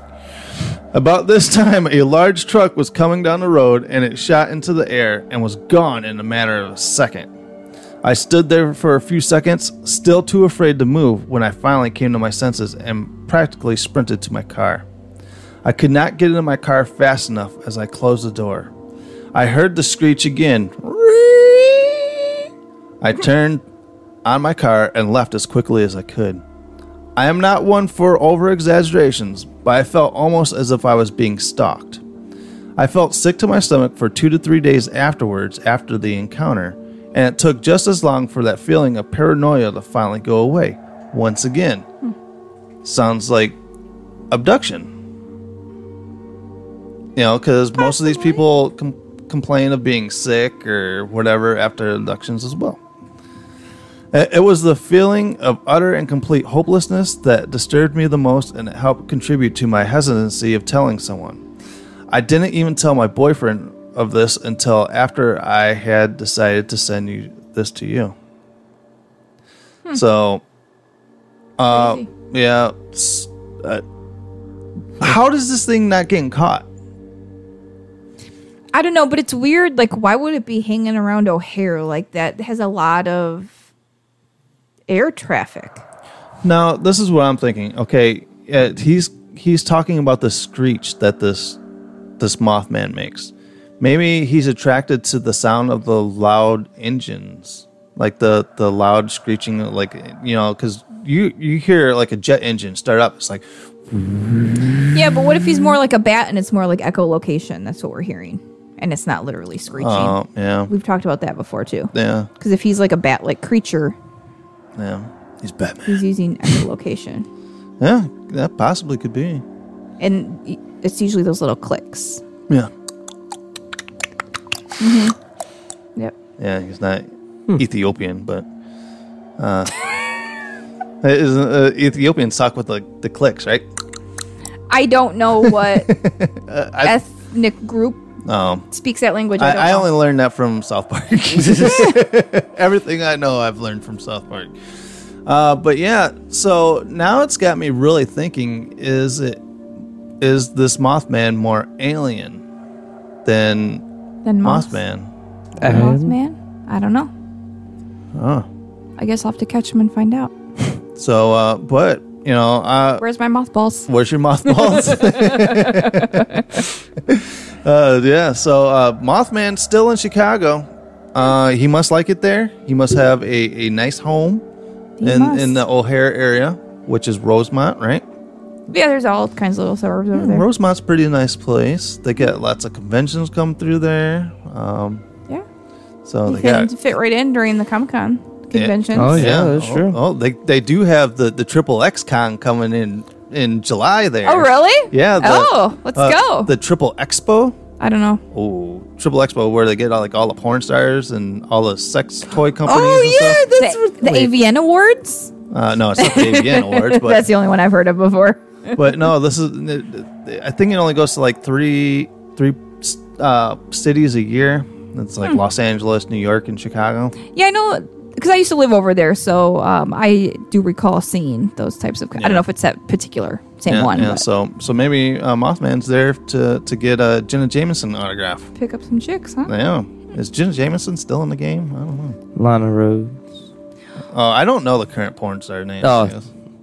A: About this time, a large truck was coming down the road and it shot into the air and was gone in a matter of a second. I stood there for a few seconds, still too afraid to move, when I finally came to my senses and practically sprinted to my car. I could not get into my car fast enough as I closed the door. I heard the screech again. I turned on my car and left as quickly as I could. I am not one for over exaggerations, but I felt almost as if I was being stalked. I felt sick to my stomach for two to three days afterwards after the encounter, and it took just as long for that feeling of paranoia to finally go away. Once again, sounds like abduction. You know, because most of these people com- complain of being sick or whatever after abductions as well. It it was the feeling of utter and complete hopelessness that disturbed me the most and it helped contribute to my hesitancy of telling someone. I didn't even tell my boyfriend of this until after I had decided to send you this to you. So, uh, yeah. s- uh, how does this thing not getting caught?
B: I don't know, but it's weird. Like, why would it be hanging around O'Hare? Like, that has a lot of air traffic.
A: Now, this is what I'm thinking. Okay, uh, he's he's talking about the screech that this this Mothman makes. Maybe he's attracted to the sound of the loud engines, like the the loud screeching, like you know, because you you hear like a jet engine start up. It's like
B: Yeah, but what if he's more like a bat and it's more like echolocation? That's what we're hearing. And it's not literally screeching.
A: Oh, yeah.
B: We've talked about that before, too.
A: yeah,
B: Because if he's like a bat like creature,
A: yeah, he's Batman.
B: he's using echolocation.
A: Yeah, that possibly could be.
B: And y- it's usually those little clicks.
A: Yeah,
B: Yep.
A: yeah, he's not Ethiopian, but uh, is uh, Ethiopians talk with like the clicks, right?
B: I don't know what
A: Uh, I-
B: ethnic group
A: Oh.
B: speaks that language. I, don't
A: I, I
B: know.
A: only learned that from South Park. Everything I know, I've learned from South Park. Uh, but yeah, so now it's got me really thinking: is it is this Mothman more alien than
B: Then moth-
A: Mothman?
B: Mothman? I don't know.
A: Oh,
B: I guess I'll have to catch him and find out.
A: so uh, but you know, uh,
B: Where's my mothballs?
A: Where's your mothballs? uh, yeah, so uh, Mothman still in Chicago. Uh, he must like it there. He must have a, a nice home
B: He
A: in,
B: must.
A: in the O'Hare area, which is Rosemont, right?
B: Yeah, there's all kinds of little suburbs
A: Hmm,
B: over there.
A: Rosemont's a pretty nice place. They get lots of conventions come through there. Um,
B: Yeah.
A: So
B: You
A: Oh, they got
B: can fit right in during the Comic Con conventions.
A: oh, Oh, they they do have the the triple X con coming in in July there.
B: Oh, really?
A: Yeah. uh,
B: Oh, let's go.
A: The triple expo.
B: I don't know.
A: Oh, triple expo where they get all like all the porn stars and all the sex toy companies. and stuff.
B: Oh, yeah, that's the, the AVN Awards.
A: Uh, no, it's not the AVN awards, but
B: that's the only one I've heard of before.
A: but no, this is. I think it only goes to like three three uh, cities a year. It's like
B: Hmm.
A: Los Angeles, New York, and Chicago.
B: Yeah, I know because I used to live over there, so um, I do recall seeing those types of. I don't know if it's that particular same
A: yeah,
B: one.
A: Yeah.
B: but
A: So so maybe uh, Mothman's there to to get a Jenna Jameson autograph.
B: pick up some chicks, huh?
A: Yeah. Is Jenna Jameson still in the game? I don't know.
D: Lana Rhodes.
A: Oh, I don't know the current porn star name.
D: Oh,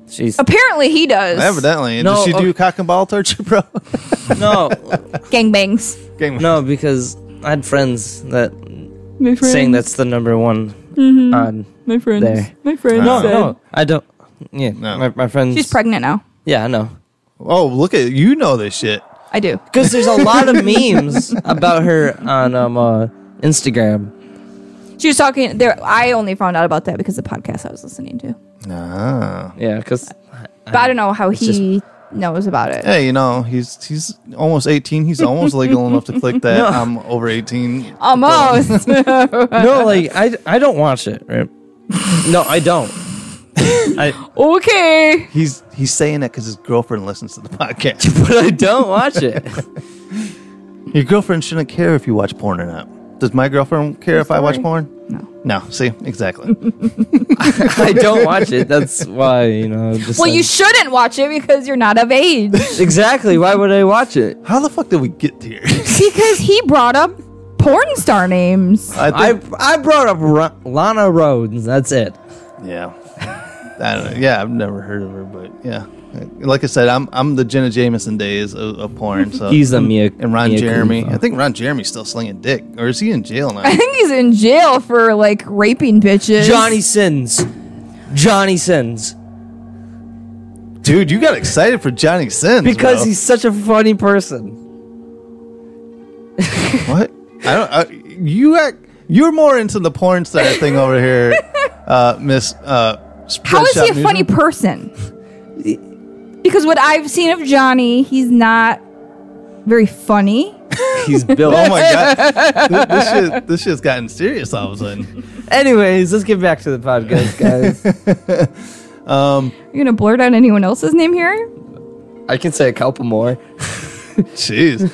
A: she's
B: Apparently, he does.
A: evidently. And
D: No,
A: Does she
D: okay.
A: do cock and ball torture, bro?
D: No,
B: gangbangs.
D: no, because I had friends that saying
B: My friends.
D: that's the number one
B: Mhm.
D: on
B: My friends.
D: there.
B: My friends
D: No,
B: said-
D: no, I don't. Yeah, my, my friends.
B: She's pregnant now.
D: Yeah, I know.
A: Oh, look at you know this shit.
B: I do.
D: Because there's a lot of memes about her on um uh, Instagram.
B: She was talking there. I only found out about that because of the podcast I was listening to.
A: Ah.
D: Yeah, because
B: But I don't know how he knows about it.
A: Hey, you know, he's he's almost 18. He's almost legal enough to click that
D: No.
A: I'm over 18.
B: Almost.
D: no, like I, I don't watch it. Right? No, I don't. I
B: okay.
A: He's he's saying that cuz his girlfriend listens to the podcast.
D: but I don't watch it.
A: Your girlfriend shouldn't care if you watch porn or not. Does my girlfriend care
D: True
A: if I watch
D: story.
A: porn? No. No, see? Exactly.
D: I don't watch it. That's why you know. Just
B: Well,
D: like-
B: you shouldn't watch it because you're not of age.
D: exactly. Why would I watch it?
A: How the fuck did we get here?
B: because he brought up porn star names.
D: I I brought up Ra- Lana Rhodes. That's it.
A: Yeah. I don't know. Yeah, I've never heard of her, but yeah. Like I said, I'm I'm the Jenna Jameson days of, of porn. So
D: He's the Mia-
A: and Ron
D: Mia
A: Jeremy.
D: Khalifa.
A: I think Ron Jeremy's still slinging dick, or is he in jail now?
B: I think he's in jail for like raping bitches.
D: Johnny Sins. Johnny Sins.
A: Dude, you got excited for Johnny Sins
D: Because
A: bro.
D: he's such a funny person.
A: what? I don't. I, you act, you're more into the porn star thing over here, uh, Miss. Uh,
B: How is he
A: Spreadshot
B: a funny
A: Newsom.
B: person? Because what I've seen of Johnny, he's not very funny.
D: He's built.
A: Oh my god! Th- this shit, this shit's gotten serious all of a sudden.
D: Anyways, let's get back to the podcast, guys.
A: Um,
B: You're gonna blurt out anyone else's name here?
D: I can say a couple more.
A: Jeez,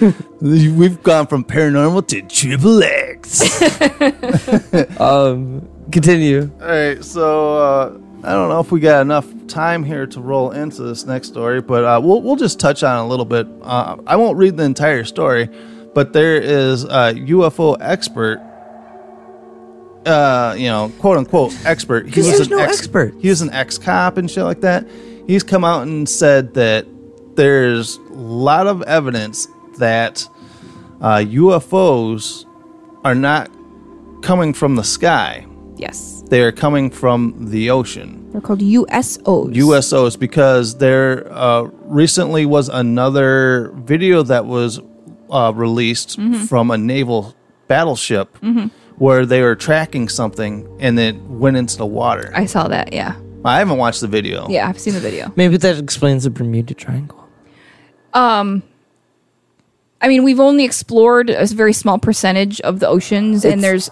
A: we've gone from paranormal to triple X.
D: Um, continue.
A: All right, so uh, I don't know if we got enough time here to roll into this next story, but uh, we'll we'll just touch on it a little bit. Uh, I won't read the entire story, but there is a UFO expert. Uh, you know, quote unquote expert. He
D: 'Cause there's
A: an
D: no
A: ex-
D: expert.
A: He was an ex cop and shit like that. He's come out and said that there's a lot of evidence that uh, UFOs are not coming from the sky.
B: Yes.
A: They are coming from the ocean.
B: They're called USOs.
A: USOs because there uh, recently was another video that was uh, released
B: Mm-hmm.
A: from a naval battleship where they were tracking something and it went into the water.
B: I saw that, yeah.
A: I haven't watched the video.
B: Yeah, I've seen the video.
D: Maybe that explains the Bermuda Triangle.
B: Um I mean, we've only explored a very small percentage of the oceans and
D: It's-
B: there's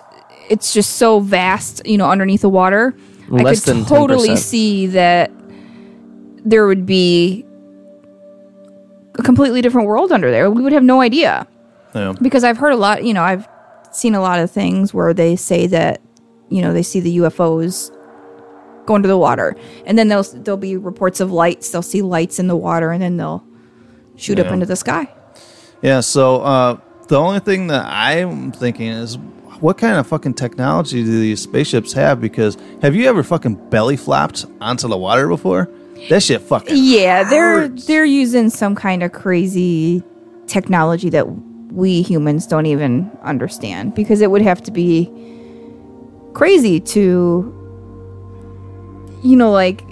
B: it's just so vast, you know, underneath the water.
D: Less
B: I could
D: than
B: totally
D: 10%.
B: see that there would be a completely different world under there. We would have no idea.
A: Yeah.
B: because I've heard a lot, you know, I've seen a lot of things where they say that, you know, they see the UFOs go into the water, and then they'll there'll be reports of lights. They'll see lights in the water, and then they'll shoot up
A: Yeah.
B: into the sky.
A: Yeah, so uh, the only thing that I'm thinking is what kind of fucking technology do these spaceships have? Because have you ever fucking belly flopped onto the water before? That shit fucking
B: Yeah, they're they're using some kind of crazy technology that we humans don't even understand because it would have to be crazy to you know like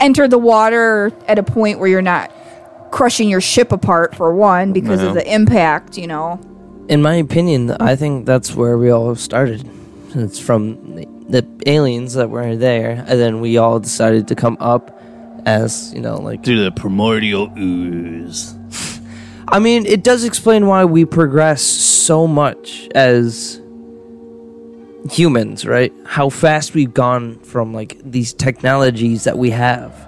B: enter the water at a point where you're not crushing your ship apart for one because
D: No.
B: of the impact, you know.
D: In my opinion, th- I think that's where we all started. It's from the- the aliens that were there, and then we all decided to come up as, you know, like.
A: Through the primordial ooze.
D: I mean, it does explain why we progress so much as humans, right? How fast we've gone from, like, these technologies that we have.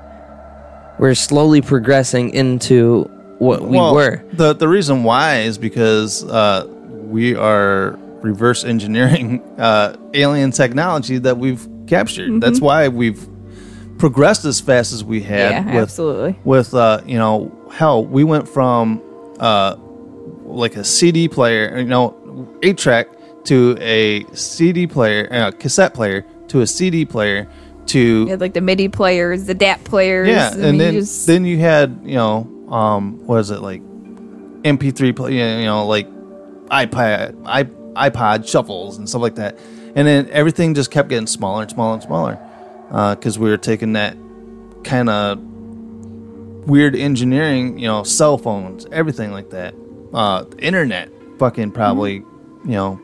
D: We're slowly progressing into what we
A: Well,
D: were.
A: The the reason why is because uh, we are reverse engineering uh, alien technology that we've captured.
B: Mhm.
D: Mm-hmm.
A: That's why we've progressed as fast as we had.
B: Yeah,
A: with,
B: absolutely.
A: With uh, you know, hell, we went from uh, like a CD player, you know, eight track to a CD player, uh, cassette player to a CD player to
B: You had like the MIDI players, the DAT players.
A: yeah,
B: I
A: and
B: mean, you
A: then
B: just-
A: then you had you know um what is it like MP3 play you know like iPad i iPod shuffles and stuff like that, and then everything just kept getting smaller and smaller and smaller because we were taking that kind of weird engineering you know cell phones everything like that uh the internet fucking probably
E: Mm-hmm.
A: you know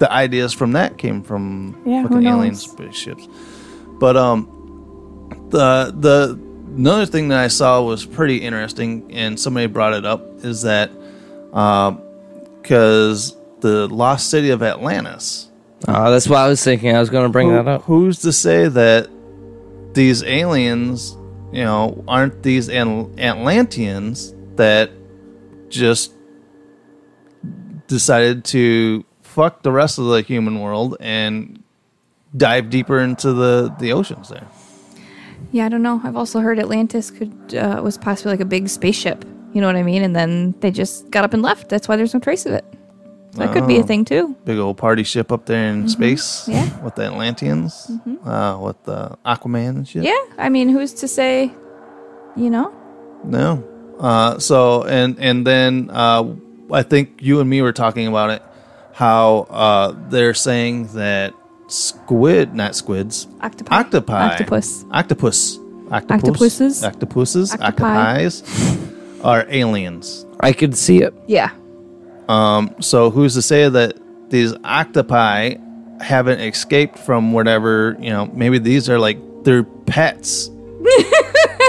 A: the ideas from that came from
E: Yeah, who
A: fucking alien
E: knows?
A: spaceships but um the the another thing that I saw was pretty interesting, and somebody brought it up is that because the lost city of Atlantis.
D: Uh, that's what I was thinking. I was going to bring
A: Who-
D: that up.
A: Who's to say that these aliens, you know, aren't these An- Atlanteans that just decided to fuck the rest of the human world and dive deeper into the the oceans there?
B: yeah, I don't know. I've also heard Atlantis could uh, was possibly like a big spaceship. You know what I mean? And then they just got up and left. That's why there's no trace of it. So that could be a
A: Oh.
B: thing too.
A: Big old party ship up there in space.
B: Mm-hmm. Yeah.
A: With the Atlanteans.
B: Mhm.
A: Uh, with the Aquaman and shit.
B: Yeah, I mean, who's to say? You know,
A: No. Uh, so and and then uh, I think you and me were talking about it. How uh, they're saying that squid, not squids,
B: Octopi.
A: octopi,
B: Octopus.
A: octopus, octopus,
B: Octopuses.
A: octopuses,
B: Octopi.
A: octopi's are aliens.
D: I could see it.
B: yeah.
A: Um, so who's to say that these octopi haven't escaped from whatever you know? Maybe these are like their pets.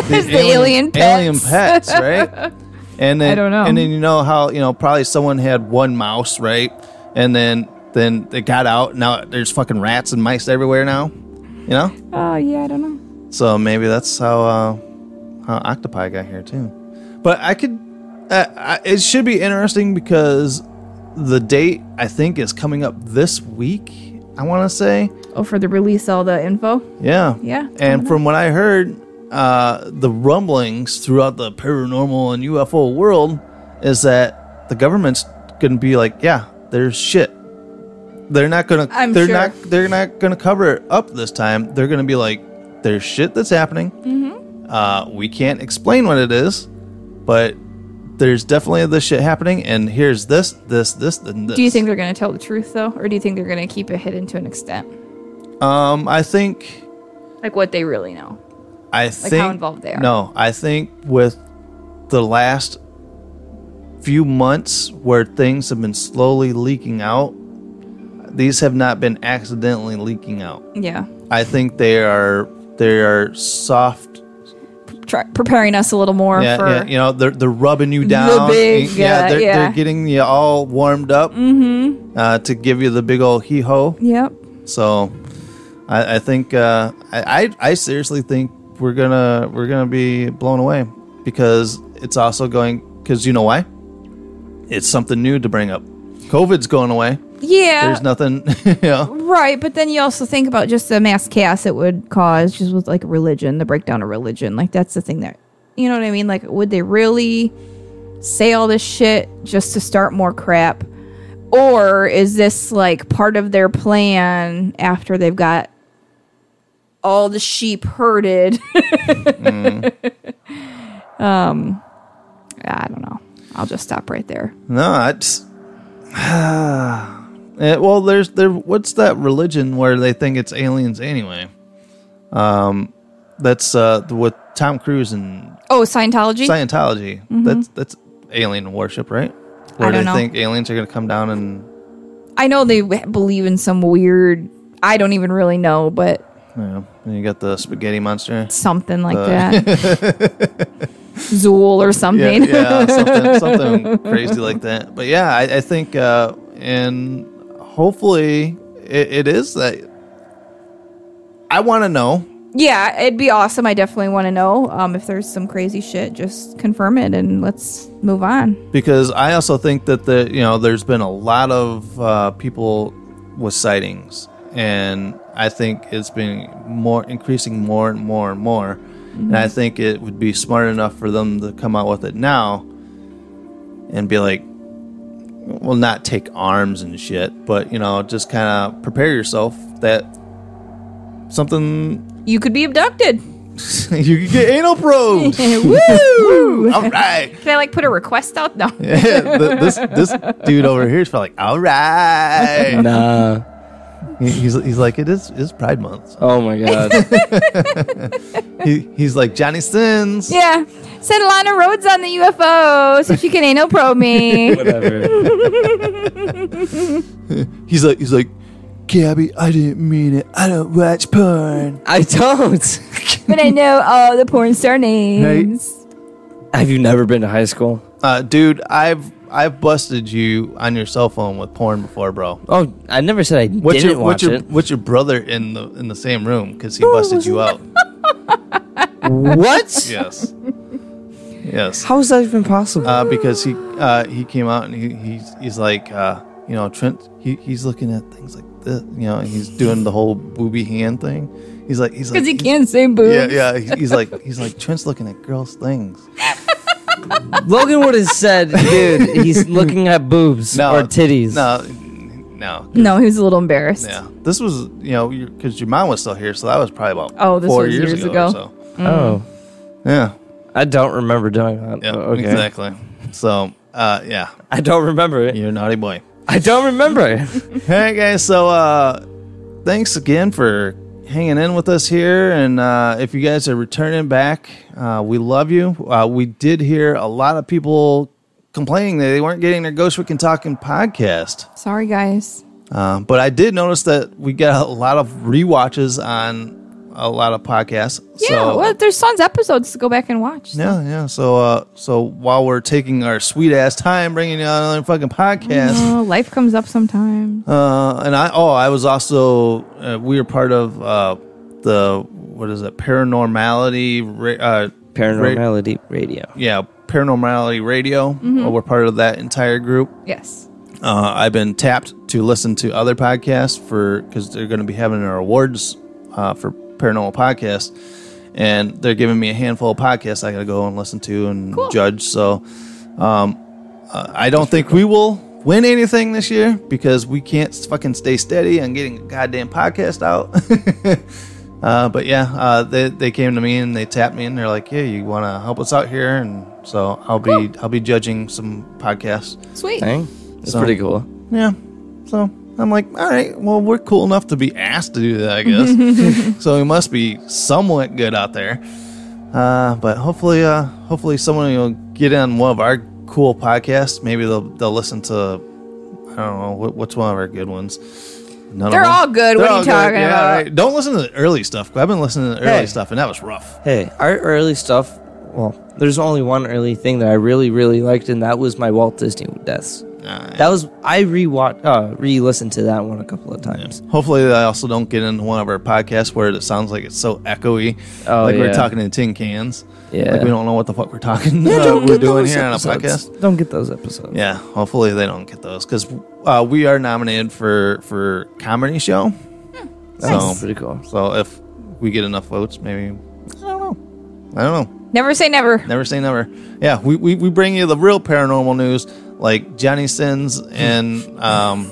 A: These
B: the alien pets.
A: alien pets, right? And then
B: I don't know.
A: And then you know how you know probably someone had one mouse, right? And then then they got out. Now there's fucking rats and mice everywhere now. You know.
B: Oh yeah, I don't know.
A: So maybe that's how uh, how octopi got here too. But I could. Uh, I, it should be interesting because the date I think is coming up this week. I want to say.
B: Oh, for the release, all the info.
A: Yeah.
B: Yeah, I don't
A: And from what I heard, uh, the rumblings throughout the paranormal and UFO world is that the government's going to be like, yeah, there's shit. They're not gonna.
B: I'm
A: they're
B: sure.
A: not. They're not gonna cover it up this time. They're gonna be like, there's shit that's happening.
B: Mm-hmm.
A: Uh, we can't explain what it is, but there's definitely this shit happening. And here's this, this, this, and this.
B: Do you think they're going to tell the truth though, or do you think they're going to keep it hidden to an extent,
A: Um, I think
B: like what they really know?
A: I
B: how
A: think
B: involved they are.
A: No, I think with the last few months where things have been slowly leaking out, these have not been accidentally leaking out.
B: Yeah,
A: I think they are they are soft.
B: Try preparing us a little more
A: yeah,
B: for.
A: yeah, you know they're they're rubbing you down.
B: big, uh,
A: they're,
B: yeah.
A: they're getting you all warmed up
B: Mm-hmm.
A: uh, to give you the big old hee ho.
B: Yep.
A: So, I, I think uh, I, I I seriously think we're gonna we're gonna be blown away because it's also going because you know why? It's something new to bring up. COVID's going away.
B: Yeah.
A: There's nothing. you know.
B: Right, but then you also think about just the mass chaos it would cause, just with like religion, the breakdown of religion. Like that's the thing that, you know what I mean? Like, would they really say all this shit just to start more crap, or is this like part of their plan after they've got all the sheep herded? um, I don't know. I'll just stop right there.
A: No, it's. Eh, well, there's there. What's that religion where they think it's aliens anyway? Um, That's uh, with Tom Cruise and
B: Oh, Scientology.
A: Scientology.
B: Mhm.
A: That's that's alien worship, right?
B: I
A: Where
B: don't
A: they
B: know.
A: think aliens are going to come down and
B: I know they w- believe in some weird. I don't even really know, but
A: you know, and you got the spaghetti monster,
B: something like
A: The-
B: that. Zool or something.
A: Yeah, yeah something, something crazy like that. But yeah, I, I think, uh, and hopefully it, it is that. I want to know.
B: Yeah, it'd be awesome. I definitely want to know um, if there's some crazy shit. Just confirm it and let's move on.
A: because I also think that the you know there's been a lot of uh, people with sightings, and I think it's been more increasing more and more and more, and I
E: Mhm.
A: think it would be smart enough for them to come out with it now, and be like, well, not take arms and shit, but you know just kind of prepare yourself that something
B: You could be abducted.
A: you could get anal probed.
B: Woo!
A: All right.
B: Can I like put a request out? No.
A: Yeah, th- this this dude over here is probably like, all right,
D: nah.
A: He's, he's like, it is is Pride Month.
D: Oh my god.
A: he, he's like Johnny Sins.
B: Yeah. Said Lana Rhodes on the UFO so she can anal probe me.
A: He's like he's like, Gabby, I didn't mean it. I don't watch porn.
D: I don't.
B: but I know all the porn star names.
D: Have you never been to high school?
A: Uh, dude, I've I've busted you on your cell phone with porn before, bro.
D: Oh, I never said I
A: What's
D: didn't
A: your
D: watch
A: what's your
D: it.
A: what's your brother in the in the same room because he busted you out?
D: What?
A: Yes. Yes.
D: How is that even possible?
A: Uh, because he uh, he came out and he, he's he's like uh, you know Trent he, he's looking at things like this you know and he's doing the whole booby hand thing. He's like he's like
B: Because he
A: he's-
B: can't say boobs.
A: Yeah, yeah. He's, he's like he's like Trent's looking at girls' things.
D: Logan would have said, dude, he's looking at boobs
A: No,
D: or titties.
A: No, no.
B: No, he was a little embarrassed.
A: Yeah, this was you know because your mom was still here, so that was probably about
B: Oh, this
A: four
B: was
A: years,
B: years
A: ago. or
B: ago.
A: so.
B: Mm.
D: Oh.
A: Yeah.
D: I don't remember doing that.
A: Yeah,
D: but okay.
A: exactly. So, uh, yeah.
D: I don't remember it.
A: You're a naughty boy.
D: I don't remember.
A: hey guys, so uh thanks again for hanging in with us here and uh if you guys are returning back, uh we love you. Uh we did hear a lot of people complaining that they weren't getting their Ghost Week and Talking podcast.
B: Sorry, guys.
A: Um, but I did notice that we got a lot of rewatches on a lot of podcasts.
B: Yeah,
A: so,
B: well, there's tons of episodes to go back and watch.
A: yeah, yeah. So, uh, so while we're taking our sweet ass time bringing you another fucking podcast,
B: Oh, life comes up sometimes.
A: Uh, and I oh I was also uh, we were part of uh, the what is it paranormality ra- uh,
D: Paranormality Radio.
A: ra- yeah paranormality radio
B: Mhm.
A: Uh, we're part of that entire group.
B: Yes.
A: Uh, I've been tapped to listen to other podcasts for because they're going to be having their awards uh, for paranormal podcasts, and they're giving me a handful of podcasts I got to go and listen to and judge. So, um, uh, I don't think we will win anything this year because we can't fucking stay steady on getting a goddamn podcast out. Uh, but yeah, uh, they, they came to me and they tapped me and they're like, "Hey, you want to help us out here?" And so I'll be I'll be judging some podcasts.
B: Sweet.
D: Dang. That's pretty cool.
A: Yeah. So I'm like, all right, well, we're cool enough to be asked to do that, I guess. so we must be somewhat good out there. Uh, but hopefully, uh, hopefully someone will get on one of our cool podcasts. Maybe they'll they'll listen to, I don't know, what, what's one of our good ones. None of
B: They're
A: them.
B: all good. What are you talking about?
A: right. Don't listen to the early stuff. I've been listening to the early
D: Hey.
A: stuff, and that was rough.
D: Hey, our early stuff. Well, there's only one early thing that I really, really liked, and that was my Walt Disney deaths. That was I rewatch, uh, re-listened to that one a couple of times.
A: Hopefully, they also don't get into one of our podcasts where it sounds like it's so echoey,
D: Oh,
A: like we're
D: yeah.
A: talking in tin cans.
D: Yeah.
A: like we don't know what the fuck we're talking.
D: Yeah,
A: uh,
D: don't
A: we're
D: get
A: doing
D: those
A: here on a
D: episodes.
A: podcast.
D: Don't get those episodes.
A: Yeah, hopefully they don't get those because uh, we are nominated for for comedy show.
D: Nice. Hmm. pretty cool.
A: So if we get enough votes, maybe I don't know. I don't know.
B: Never say never.
A: Never say never. Yeah, we, we, we bring you the real paranormal news like Johnny Sins and um,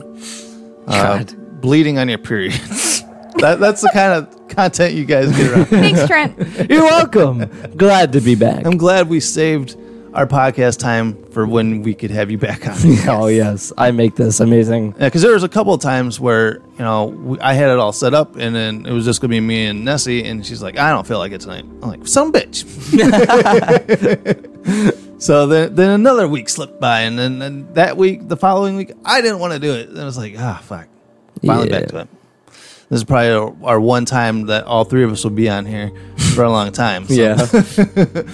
A: uh, bleeding on your periods. that, that's the kind of content you guys get around.
B: Thanks, Trent.
D: You're welcome. Glad to be back.
A: I'm glad we saved our podcast time for when we could have you back on.
C: oh yes, I make this amazing.
A: Yeah, because there was a couple of times where you know we, I had it all set up, and then it was just gonna be me and Nessie, and she's like, "I don't feel like it tonight." I'm like, "Some bitch." so then, then another week slipped by, and then, then that week, the following week, I didn't want to do it. And I was like, "Ah, fuck." Finally
C: Yeah.
A: back to it. This is probably our, our one time that all three of us will be on here for a long time. so.
C: Yeah.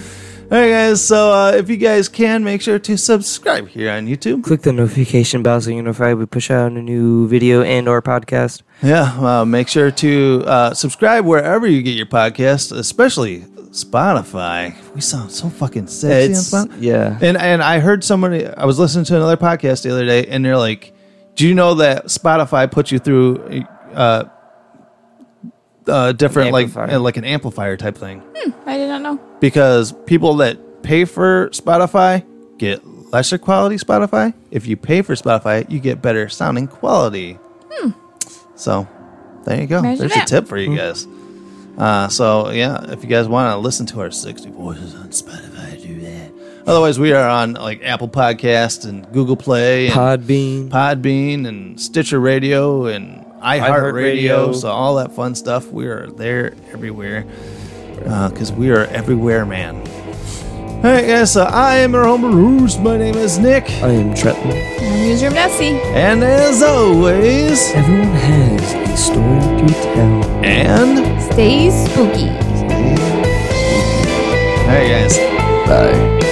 A: All right, guys. So uh, if you guys can, make sure to subscribe here on YouTube.
D: Click the notification bell so you know if I- we push out a new video and or podcast.
A: Yeah, uh, make sure to uh, subscribe wherever you get your podcast, especially Spotify. We sound so fucking sexy
C: It's-
A: on Spotify.
C: yeah.
A: And and I heard somebody. I was listening to another podcast the other day, and they're like, "Do you know that Spotify puts you through uh, uh, different like
B: amplifier.
A: uh, like an amplifier type thing?"
B: I did not know.
A: because people that pay for Spotify get lesser quality Spotify. If you pay for Spotify, you get better sounding quality. So there you go.
B: Measure
A: Hmm. There's
B: that.
A: a tip for you guys. Uh, so yeah, if you guys want to listen to our 60 voices on Spotify, do that. Otherwise, we are on like Apple Podcast and Google Play, and
D: Podbean.
A: Podbean, and Stitcher Radio and iHeartRadio.
D: iHeartRadio.
A: So all that fun stuff. We are there everywhere because Uh, we are everywhere, man. All right, guys. So I am your humble host. My name is Nick,
D: I am Trenton.
B: Newsroom Nessie.
A: and as always,
D: Everyone has a story to tell.
A: and
B: Stay spooky.
A: all right, guys.
C: Bye.